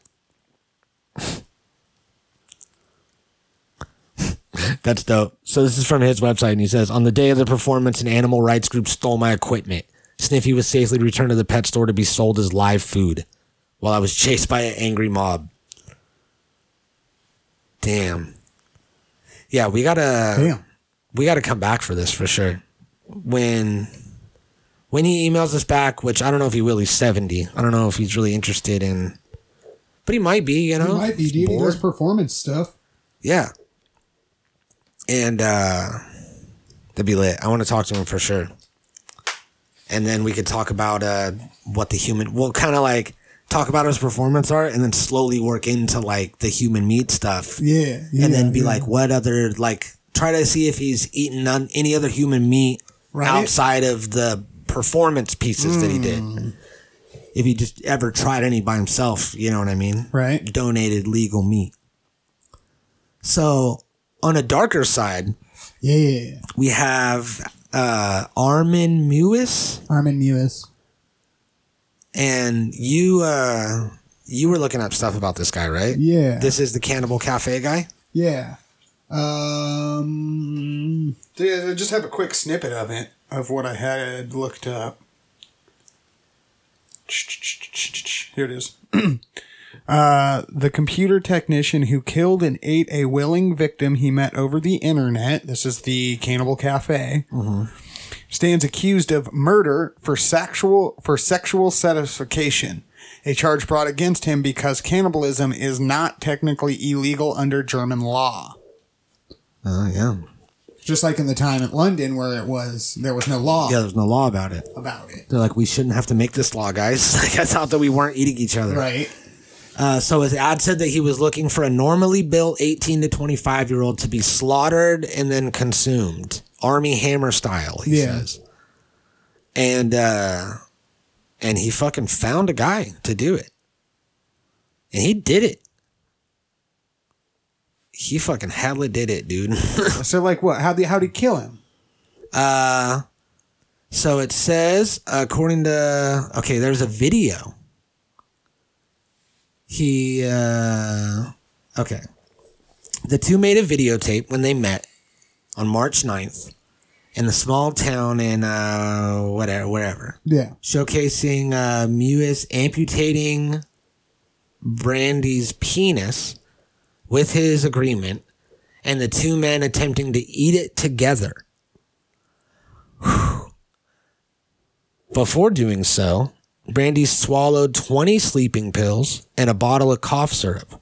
[SPEAKER 3] That's dope. So this is from his website, and he says, "On the day of the performance, an animal rights group stole my equipment. Sniffy was safely returned to the pet store to be sold as live food, while I was chased by an angry mob." Damn. Yeah, we gotta
[SPEAKER 6] Damn.
[SPEAKER 3] we gotta come back for this for sure. When when he emails us back, which I don't know if he will, he's 70. I don't know if he's really interested in, but he might be, you know?
[SPEAKER 6] It might be, dude. He does performance stuff.
[SPEAKER 3] Yeah. And uh, that'd be lit. I want to talk to him for sure. And then we could talk about uh, what the human, well, kind of like talk about his performance art and then slowly work into like the human meat stuff.
[SPEAKER 6] Yeah. yeah
[SPEAKER 3] and then be
[SPEAKER 6] yeah.
[SPEAKER 3] like, what other, like, try to see if he's eaten on any other human meat
[SPEAKER 6] Right. Mm.
[SPEAKER 3] outside of the performance pieces that he did. If he just ever tried any by himself, you know what I mean?
[SPEAKER 6] Right.
[SPEAKER 3] Donated legal meat. So, on a darker side,
[SPEAKER 6] Yeah, yeah, yeah.
[SPEAKER 3] we have uh, Armin Mewis,
[SPEAKER 6] Armin Mewis.
[SPEAKER 3] and you uh, you were looking up stuff about this guy, right?
[SPEAKER 6] Yeah.
[SPEAKER 3] This is the Cannibal Cafe guy.
[SPEAKER 6] Yeah. Um.
[SPEAKER 4] Dude, I just have a quick snippet of it, of what I had looked up. Here it is. uh, the computer technician who killed and ate a willing victim he met over the internet. This is the Cannibal Cafe.
[SPEAKER 6] Mm-hmm.
[SPEAKER 4] Stands accused of murder for sexual for sexual satisfaction. A charge brought against him because cannibalism is not technically illegal under German law.
[SPEAKER 3] Oh, yeah.
[SPEAKER 6] Just like in the time at London where it was, there was no law
[SPEAKER 3] Yeah, there's no law about it.
[SPEAKER 6] about it.
[SPEAKER 3] They're like, we shouldn't have to make this law, guys. Like, I thought that we weren't eating each other.
[SPEAKER 6] Right.
[SPEAKER 3] Uh, so his ad said that he was looking for a normally built 18 to 25 year old to be slaughtered and then consumed, army hammer style. He
[SPEAKER 6] Yeah.
[SPEAKER 3] says, and uh, and he fucking found a guy to do it, and he did it. He fucking hella did it, dude.
[SPEAKER 4] So like what? How did how did he kill him?
[SPEAKER 3] So it says, according to okay, there's a video. He uh, okay. The two made a videotape when they met on March 9th in the small town in uh, whatever, wherever,
[SPEAKER 6] Yeah.
[SPEAKER 3] showcasing uh, Mewis amputating Brandy's penis with his agreement, and the two men attempting to eat it together. Before doing so, Brandy swallowed 20 sleeping pills and a bottle of cough syrup,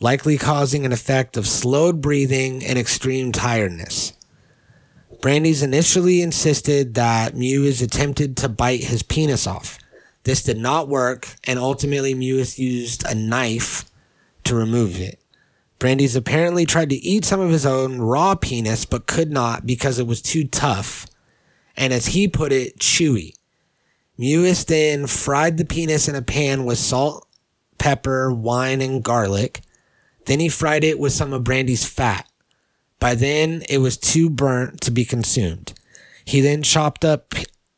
[SPEAKER 3] likely causing an effect of slowed breathing and extreme tiredness. Brandy's initially insisted that Mewes attempted to bite his penis off. This did not work, and ultimately Mewes used a knife to remove it. Brandy's apparently tried to eat some of his own raw penis, but could not because it was too tough, and as he put it, chewy. Mewis then fried the penis in a pan with salt, pepper, wine, and garlic. Then he fried it with some of Brandy's fat. By then, it was too burnt to be consumed. He then chopped up,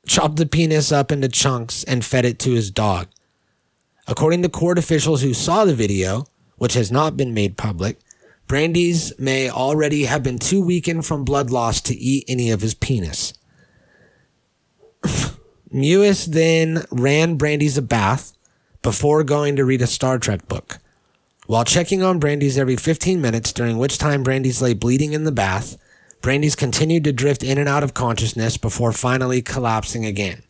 [SPEAKER 3] chopped the penis up into chunks and fed it to his dog. According to court officials who saw the video, which has not been made public, Brandy's may already have been too weakened from blood loss to eat any of his penis. Mewis then ran Brandy's a bath before going to read a Star Trek book. While checking on Brandy's every 15 minutes, during which time Brandy's lay bleeding in the bath, Brandy's continued to drift in and out of consciousness before finally collapsing again.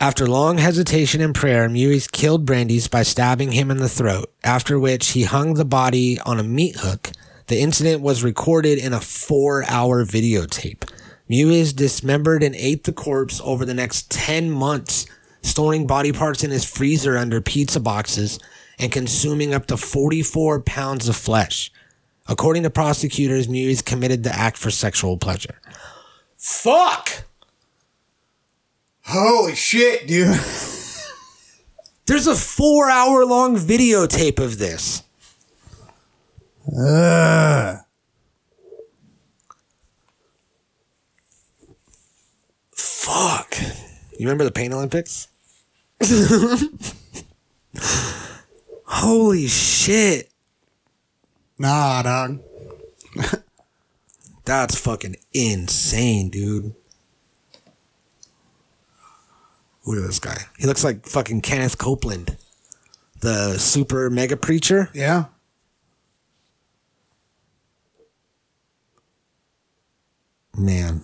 [SPEAKER 3] After long hesitation and prayer, Mewis killed Brandy's by stabbing him in the throat, after which he hung the body on a meat hook. The incident was recorded in a four hour videotape. Mewis dismembered and ate the corpse over the next 10 months, storing body parts in his freezer under pizza boxes and consuming up to 44 pounds of flesh. According to prosecutors, Mewis committed the act for sexual pleasure. Fuck!
[SPEAKER 6] Holy shit, dude.
[SPEAKER 3] There's a four hour long videotape of this.
[SPEAKER 6] Ugh.
[SPEAKER 3] Fuck. You remember the Pain Olympics? Holy shit.
[SPEAKER 6] Nah, dog.
[SPEAKER 3] That's fucking insane, dude. Look at this guy. He looks like fucking Kenneth Copeland, the super mega preacher.
[SPEAKER 6] Yeah.
[SPEAKER 3] Man,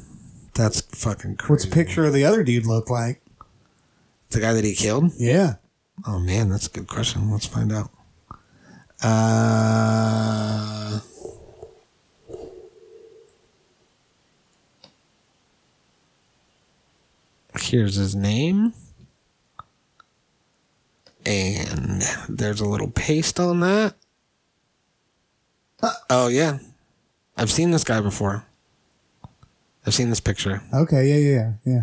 [SPEAKER 3] that's fucking crazy.
[SPEAKER 6] What's a picture of the other dude look like?
[SPEAKER 3] The guy that he killed?
[SPEAKER 6] Yeah.
[SPEAKER 3] Oh man, that's a good question. Let's find out.
[SPEAKER 6] Uh.
[SPEAKER 3] Here's his name. And there's a little paste on that. Oh yeah. I've seen this guy before. I've seen this picture.
[SPEAKER 6] Okay. Yeah. Yeah. Yeah. yeah.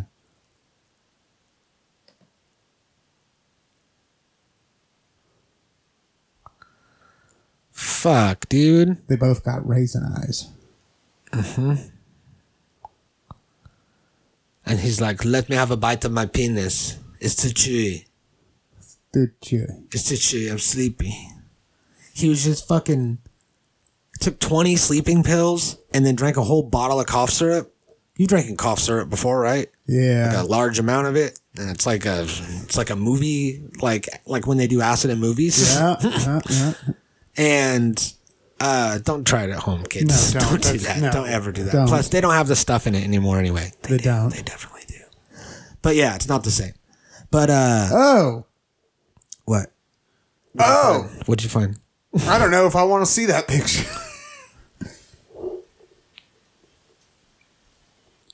[SPEAKER 3] Fuck, dude.
[SPEAKER 6] They both got raisin eyes.
[SPEAKER 3] And he's like, let me have a bite of my penis. It's too chewy.
[SPEAKER 6] Did you?
[SPEAKER 3] It's too chewy. I'm sleepy. He was just fucking. Took 20 sleeping pills and then drank a whole bottle of cough syrup. You've drank cough syrup before, right?
[SPEAKER 6] Yeah.
[SPEAKER 3] A large amount of it. And it's like a, it's like a movie, like, like when they do acid in movies.
[SPEAKER 6] Yeah. uh-huh, yeah, yeah.
[SPEAKER 3] And, uh, don't try it at home, kids.
[SPEAKER 6] No, don't.
[SPEAKER 3] don't. do
[SPEAKER 6] That's-
[SPEAKER 3] that.
[SPEAKER 6] no.
[SPEAKER 3] don't ever do that.
[SPEAKER 6] Don't.
[SPEAKER 3] Plus, they don't have the stuff in it anymore anyway.
[SPEAKER 6] They don't.
[SPEAKER 3] They definitely do. But yeah, it's not the same. But, uh,
[SPEAKER 6] Oh.
[SPEAKER 3] what?
[SPEAKER 6] Oh.
[SPEAKER 3] What'd you find?
[SPEAKER 6] I don't know if I want to see that picture.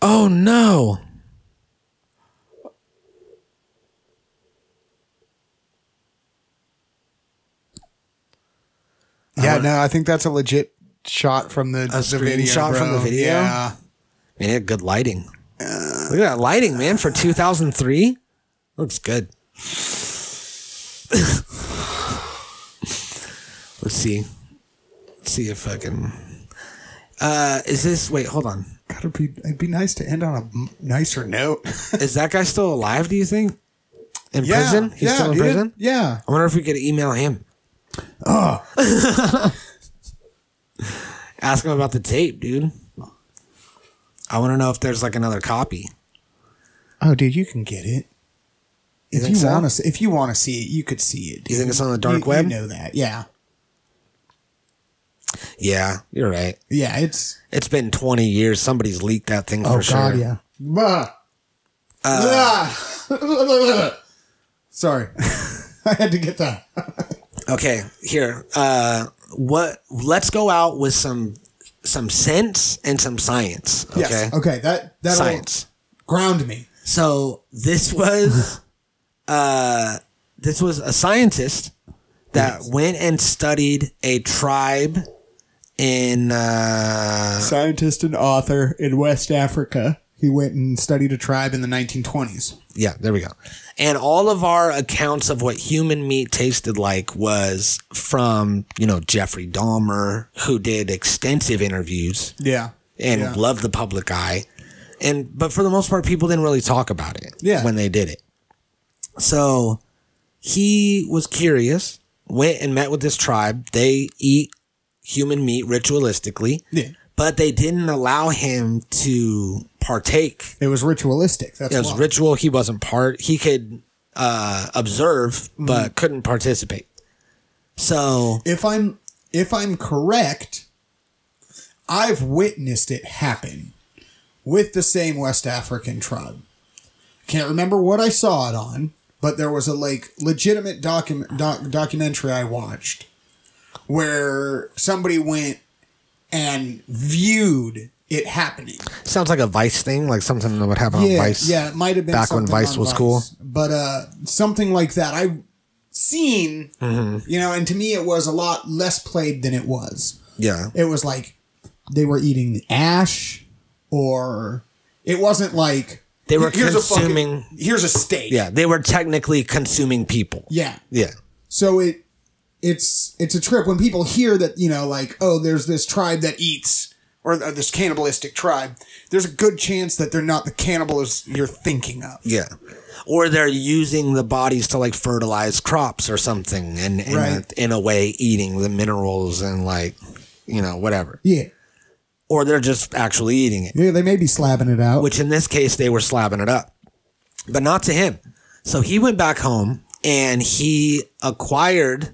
[SPEAKER 3] Oh no.
[SPEAKER 6] yeah. No, I think that's a legit shot from the,
[SPEAKER 3] A
[SPEAKER 6] the video.
[SPEAKER 3] screenshot from
[SPEAKER 6] bro.
[SPEAKER 3] the video?
[SPEAKER 6] Yeah.
[SPEAKER 3] Man, it had good lighting. Look at that lighting, man, for 2003. Looks good. Let's see. Let's see if fucking. Uh, is this. Wait, hold on.
[SPEAKER 6] God, it'd be, it'd be nice to end on a m- nicer note.
[SPEAKER 3] Is that guy still alive, do you think? In prison? He's still in
[SPEAKER 6] dude.
[SPEAKER 3] prison?
[SPEAKER 6] Yeah.
[SPEAKER 3] I wonder if we could email him. Oh. Ask him about the tape, dude. I want to know if there's like another copy.
[SPEAKER 6] Oh, dude, you can get it. If
[SPEAKER 3] think
[SPEAKER 6] you
[SPEAKER 3] so?
[SPEAKER 6] want to, if you want to see it, you could see it.
[SPEAKER 3] You think
[SPEAKER 6] dude.
[SPEAKER 3] it's on the dark
[SPEAKER 6] You-
[SPEAKER 3] web?
[SPEAKER 6] You know that, yeah,
[SPEAKER 3] Yeah, you're right.
[SPEAKER 6] yeah. It's Oh,
[SPEAKER 3] It's been 20 years. Somebody's leaked that thing for sure.
[SPEAKER 6] yeah. Bah.
[SPEAKER 3] Uh.
[SPEAKER 6] Ah. Sorry. I had to get that.
[SPEAKER 3] Okay, here. Uh, what? Let's go out with some some sense and some science. Okay,
[SPEAKER 6] Yes. Okay. That that'll
[SPEAKER 3] science.
[SPEAKER 6] ground me.
[SPEAKER 3] So this was, uh, this was a scientist that went and studied a tribe in uh,
[SPEAKER 6] Scientist and author in West Africa. He went and studied a tribe in the 1920s.
[SPEAKER 3] yeah, there we go. And all of our accounts of what human meat tasted like was from, you know, Jeffrey Dahmer, who did extensive interviews
[SPEAKER 6] Yeah.
[SPEAKER 3] and
[SPEAKER 6] Yeah.
[SPEAKER 3] loved the public eye. And but for the most part, people didn't really talk about it
[SPEAKER 6] Yeah.
[SPEAKER 3] when they did it. So he was curious, went and met with this tribe. They eat human meat ritualistically,
[SPEAKER 6] Yeah.
[SPEAKER 3] but they didn't allow him to partake
[SPEAKER 6] It was ritualistic. That's
[SPEAKER 3] it was
[SPEAKER 6] why.
[SPEAKER 3] ritual. He wasn't part. He could uh, observe,
[SPEAKER 6] Mm-hmm.
[SPEAKER 3] but couldn't participate. So
[SPEAKER 6] if I'm if I'm correct, I've witnessed it happen with the same West African tribe. Can't remember what I saw it on, but there was a like legitimate document doc, documentary I watched where somebody went and viewed it happening.
[SPEAKER 3] sounds like a Vice thing, like something that would happen on
[SPEAKER 6] yeah,
[SPEAKER 3] Vice.
[SPEAKER 6] Yeah, it might have been
[SPEAKER 3] back when
[SPEAKER 6] something
[SPEAKER 3] Vice
[SPEAKER 6] on
[SPEAKER 3] was cool.
[SPEAKER 6] But uh, something like that I've seen,
[SPEAKER 3] Mm-hmm.
[SPEAKER 6] you know, and to me it was a lot less played than it was.
[SPEAKER 3] Yeah,
[SPEAKER 6] It was like they were eating the ash, or it wasn't like
[SPEAKER 3] They were
[SPEAKER 6] "Here's a fucking-
[SPEAKER 3] consuming-
[SPEAKER 6] here's a steak.
[SPEAKER 3] yeah. They were technically consuming people.
[SPEAKER 6] yeah.
[SPEAKER 3] Yeah,
[SPEAKER 6] So it it's it's a trip when people hear that you know like oh there's this tribe that eats or, or this cannibalistic tribe. There's a good chance that they're not the cannibals you're thinking of.
[SPEAKER 3] yeah. Or they're using the bodies to like fertilize crops or something, and in,
[SPEAKER 6] Right.
[SPEAKER 3] a, in a way, eating the minerals and like you know whatever.
[SPEAKER 6] Yeah.
[SPEAKER 3] Or they're just actually eating it.
[SPEAKER 6] Yeah, they may be slapping it out.
[SPEAKER 3] which in this case they were slapping it up, but not to him. So he went back home and he acquired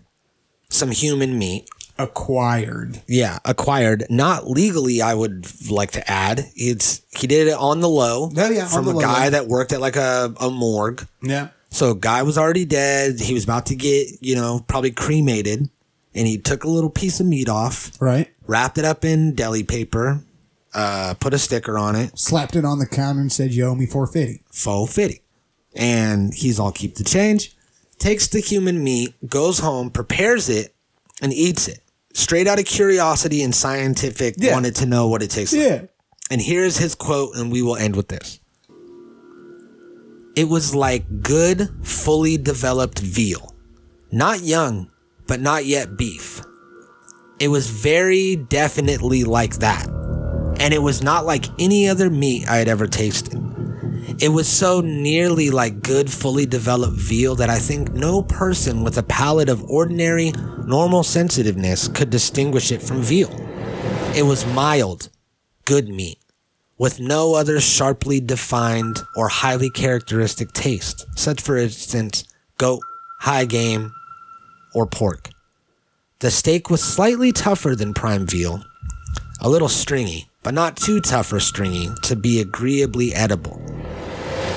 [SPEAKER 3] some human meat.
[SPEAKER 6] acquired.
[SPEAKER 3] Yeah, acquired, not legally. I would like to add, it's he did it on the low.
[SPEAKER 6] Oh, yeah, on
[SPEAKER 3] from
[SPEAKER 6] the
[SPEAKER 3] a
[SPEAKER 6] low,
[SPEAKER 3] guy
[SPEAKER 6] yeah.
[SPEAKER 3] that worked at like a, a morgue.
[SPEAKER 6] Yeah.
[SPEAKER 3] So guy was already dead. He was about to get you know probably cremated, and he took a little piece of meat off,
[SPEAKER 6] Right.
[SPEAKER 3] wrapped it up in deli paper, uh, put a sticker on it,
[SPEAKER 6] Slapped it on the counter and said, "You owe me 450."
[SPEAKER 3] faux fitty. And he's all keep the change, takes the human meat, goes home, prepares it, and eats it. Straight out of curiosity and scientific,
[SPEAKER 6] Yeah.
[SPEAKER 3] wanted to know what it tastes like. And here's his quote, and we will end with this. It was like good, fully developed veal. Not young, but not yet beef. It was very definitely like that. And it was not like any other meat I had ever tasted. It was so nearly like good, fully developed veal that I think no person with a palate of ordinary, normal sensitiveness could distinguish it from veal. It was mild, good meat with no other sharply defined or highly characteristic taste, such for instance, goat, high game, or pork. The steak was slightly tougher than prime veal, a little stringy, but not too tough or stringy to be agreeably edible.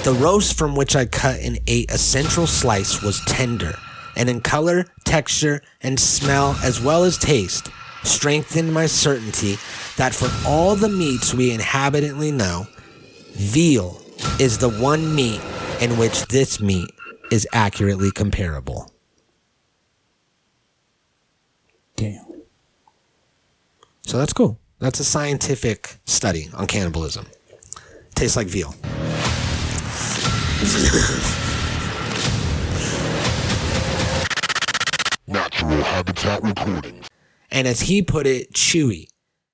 [SPEAKER 3] The roast from which I cut and ate a central slice was tender, and in color, texture, and smell, as well as taste, strengthened my certainty that for all the meats we inhabitantly know, veal is the one meat in which this meat is accurately comparable.
[SPEAKER 6] Damn.
[SPEAKER 3] So that's cool. That's a scientific study on cannibalism. Tastes like veal.
[SPEAKER 1] Natural habitat recording.
[SPEAKER 3] And as he put it, chewy,